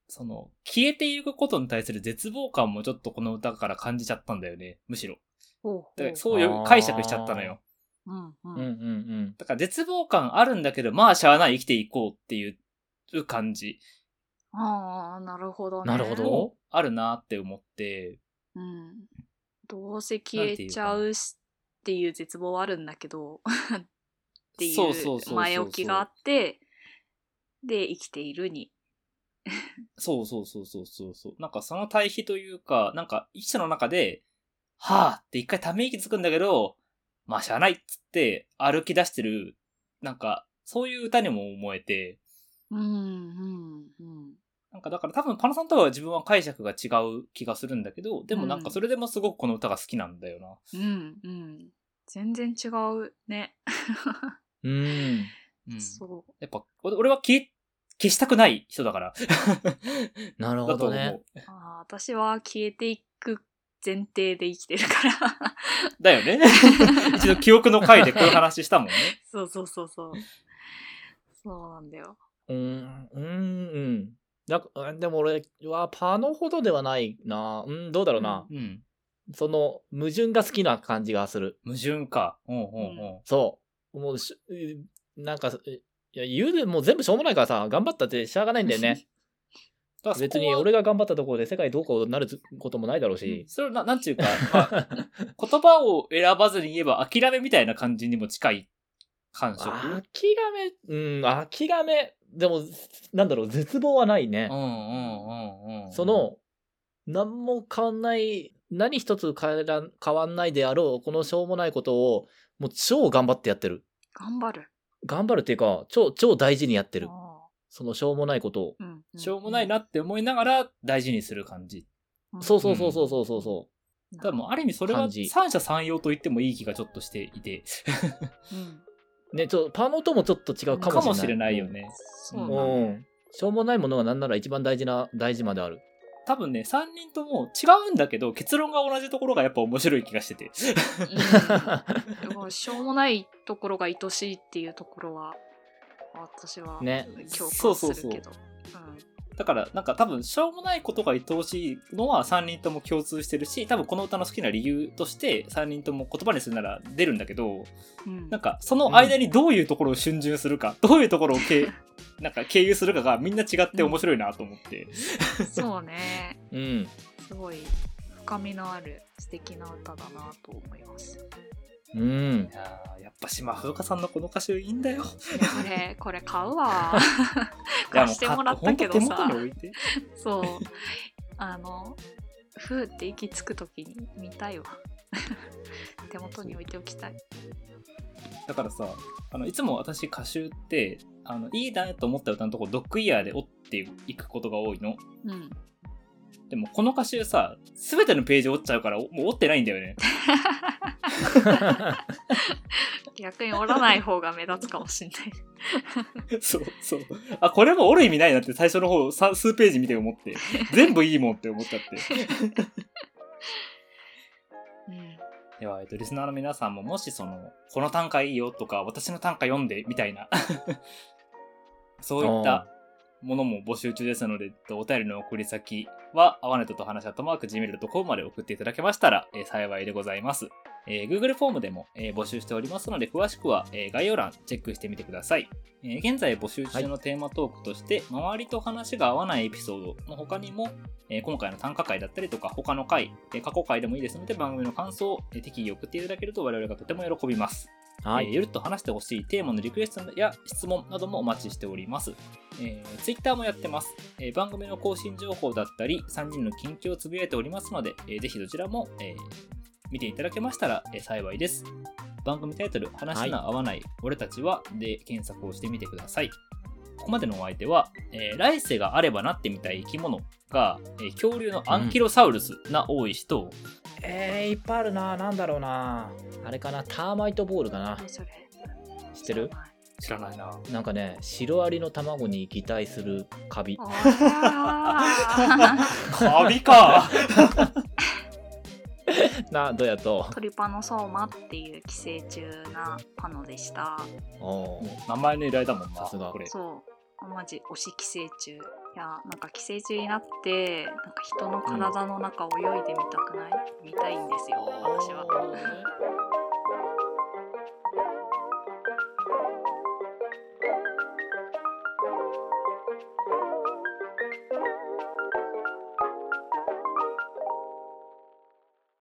[SPEAKER 1] その、消えていくことに対する絶望感もちょっとこの歌から感じちゃったんだよね、むしろ。
[SPEAKER 3] ほうほ
[SPEAKER 1] だから
[SPEAKER 3] う
[SPEAKER 1] そうよ
[SPEAKER 2] あー
[SPEAKER 1] 解釈しちゃったのよ。
[SPEAKER 3] うんう。
[SPEAKER 2] うんうんん
[SPEAKER 1] だから絶望感あるんだけど、まあしゃあない生きていこうっていう感じ
[SPEAKER 3] ああ、なるほどね。
[SPEAKER 2] なるほど
[SPEAKER 1] もあるなって思って、
[SPEAKER 3] うん。どうせ消えちゃうしっていう絶望はあるんだけど、ってい
[SPEAKER 1] そうそうそう
[SPEAKER 3] う
[SPEAKER 1] そう
[SPEAKER 3] 前置きがあって、で、生きているに。
[SPEAKER 1] そうそうそうそうそうそう。なんかその対比というか、なんか一緒の中で、はぁって一回ため息つくんだけど、まあしゃあないっつって歩き出してる、なんかそういう歌にも思えて、
[SPEAKER 3] うん、うん、うん。
[SPEAKER 1] なんかだから多分パナさんとは自分は解釈が違う気がするんだけど、でもなんかそれでもすごくこの歌が好きなんだよな。
[SPEAKER 3] うん、うん。全然違うね。
[SPEAKER 2] うん。うん。
[SPEAKER 1] うん
[SPEAKER 3] そう。
[SPEAKER 1] やっぱ、俺俺は消え、消したくない人だから。
[SPEAKER 2] なるほ
[SPEAKER 1] だと
[SPEAKER 2] ど
[SPEAKER 1] 思
[SPEAKER 2] ね
[SPEAKER 1] う。。
[SPEAKER 3] あー私は消えていく前提で生きてるから。
[SPEAKER 1] だよね。 一度記憶の回でこういう話したもんね。
[SPEAKER 3] そうそうそうそう。そうなんだよ。
[SPEAKER 2] うん、うん、うん。なんかうんでも俺はパノほどではないな。うん、どうだろうな。
[SPEAKER 1] うん。
[SPEAKER 2] その矛盾が好きな感じがする。
[SPEAKER 1] 矛盾か。うんうんうん。
[SPEAKER 2] そう。もうし、うなんか、えいや、言うでもう全部しょうもないからさ、頑張ったってしゃあがないんだ よね。
[SPEAKER 1] だからそこは
[SPEAKER 2] 別に俺が頑張ったところで世界どうこうなることもないだろうし。
[SPEAKER 1] それはな、なんちゅうか、ま あ言葉を選ばずに言えば諦めみたいな感じにも近い感触。
[SPEAKER 2] 諦め、うん、諦め、でも、なんだろう、絶望はないね
[SPEAKER 1] うん。うんうんうん。
[SPEAKER 2] そ、の、何も変わんない、何一つ変えらん変わんないであろう、このしょうもないことを、もう超頑張ってやってる。
[SPEAKER 3] 頑張る。
[SPEAKER 2] 頑張るっていうか、超、超大事にやってる。
[SPEAKER 3] あ
[SPEAKER 2] そのしょうもないことを。
[SPEAKER 3] ーうんん
[SPEAKER 1] しょうもないなって思いながら大事にする感じ。
[SPEAKER 3] ん
[SPEAKER 2] そうそうそうそうそうそうそ
[SPEAKER 1] だからもうある意味それは
[SPEAKER 2] 感じ
[SPEAKER 1] 三者三様と言ってもいい気がちょっとしていて、
[SPEAKER 3] うん
[SPEAKER 2] う。ね、ちょ、パーノともちょっと違うかもしれない。
[SPEAKER 1] かもしれないよね。
[SPEAKER 3] そうなんだ
[SPEAKER 2] う
[SPEAKER 3] よ
[SPEAKER 2] ん。しょうもないものがなんなら一番大事な、大事まである。
[SPEAKER 1] 多分ね、三人とも違うんだけど、結論が同じところがやっぱ面白い気がしてて。
[SPEAKER 3] うんでもしょうもないところが愛しいっていうところは私は
[SPEAKER 2] ね
[SPEAKER 3] 共
[SPEAKER 1] そう
[SPEAKER 3] 感
[SPEAKER 1] そう
[SPEAKER 3] す
[SPEAKER 1] そ
[SPEAKER 3] る
[SPEAKER 1] う
[SPEAKER 3] けど
[SPEAKER 1] だから、なんか多分、しょうもないことが愛おしいのは3人とも共通してるし、多分この歌の好きな理由として3人とも言葉にするなら出るんだけど、
[SPEAKER 3] うんうん
[SPEAKER 1] なんかその間にどういうところを春巡するか、どういうところを けなんか経由するかがみんな違って面白いなと思って。
[SPEAKER 3] そうね
[SPEAKER 2] うん。
[SPEAKER 3] すごい深みのある素敵な歌だなと思います
[SPEAKER 2] う ん
[SPEAKER 1] い。やーやっぱ島風花さんのこの歌集いいんだよ。
[SPEAKER 3] いやこ れこれ買うわ
[SPEAKER 1] いや
[SPEAKER 3] 貸してもらったけど
[SPEAKER 1] もう買
[SPEAKER 3] さ
[SPEAKER 1] ってほんと手元に置いて。
[SPEAKER 3] そうあのふーって息つくときに見た いわ手元に置いておきたい
[SPEAKER 1] だからさ、あの、いつも私歌集って、あの、いいなと思った歌のとこドッグイヤーで折っていくことが多いの。
[SPEAKER 3] うん
[SPEAKER 1] でもこの歌集さ、すべてのページ折っちゃうから、おもう折ってないんだよね。
[SPEAKER 3] 逆に折らない方が目立つかもしんな い。
[SPEAKER 1] そうそう。あ、これも折る意味ないなって最初の方さ数ページ見て思って、全部いいもんって思っちゃって。
[SPEAKER 3] うん。
[SPEAKER 1] では、えっと、リスナーの皆さんも、もしその、この短歌いいよとか、私の短歌読んで、みたいな、 そういったものも募集中ですので、えっとお便りの送り先は、あわねとと話しあとマーク Gmail.com まで送っていただけましたら、えー幸いでございます。えー Google フォームでも、えー募集しておりますので、詳しくは、えー概要欄チェックしてみてください。えー現在募集中のテーマトークとして、周りと話が合わないエピソードの他にも、えー今回の短歌会だったりとか、他の回、えー過去回でもいいですので、番組の感想を、えー適宜送っていただけると我々がとても喜びます。
[SPEAKER 2] は
[SPEAKER 1] え
[SPEAKER 2] い
[SPEAKER 1] ー。ゆるっと話してほしいテーマのリクエストや質問などもお待ちしております。えー、Twitter もやってます、えー番組の更新情報だったり、3人の近況をつぶやいておりますので、えーぜひどちらも、えー見ていただけましたら、えー幸いです。番組タイトル、話の合わない俺たちはで検索をしてみてください。ここまでのお相手は、えー来世があればなってみたい生き物が、えー恐竜のアンキロサウルスな大石と、
[SPEAKER 2] えー、いっぱいあるな。なんだろうな。あれかな、ターマイトボールかな。
[SPEAKER 3] 何それ
[SPEAKER 2] 知ってる
[SPEAKER 1] 知らないな。
[SPEAKER 2] なんかね、シロアリの卵に擬態するカビ。
[SPEAKER 3] あ ー
[SPEAKER 1] カビか
[SPEAKER 2] な、どうやと。
[SPEAKER 3] トリパノソーマっていう寄生虫なパノでした。
[SPEAKER 2] おー
[SPEAKER 1] 名前の由来だもんな、
[SPEAKER 2] さすが
[SPEAKER 1] これ。
[SPEAKER 3] そう。マジ推し寄生虫。いや、なんか寄生虫になって、なんか人の体の中を泳いでみたくない、見たいんですよ、私は。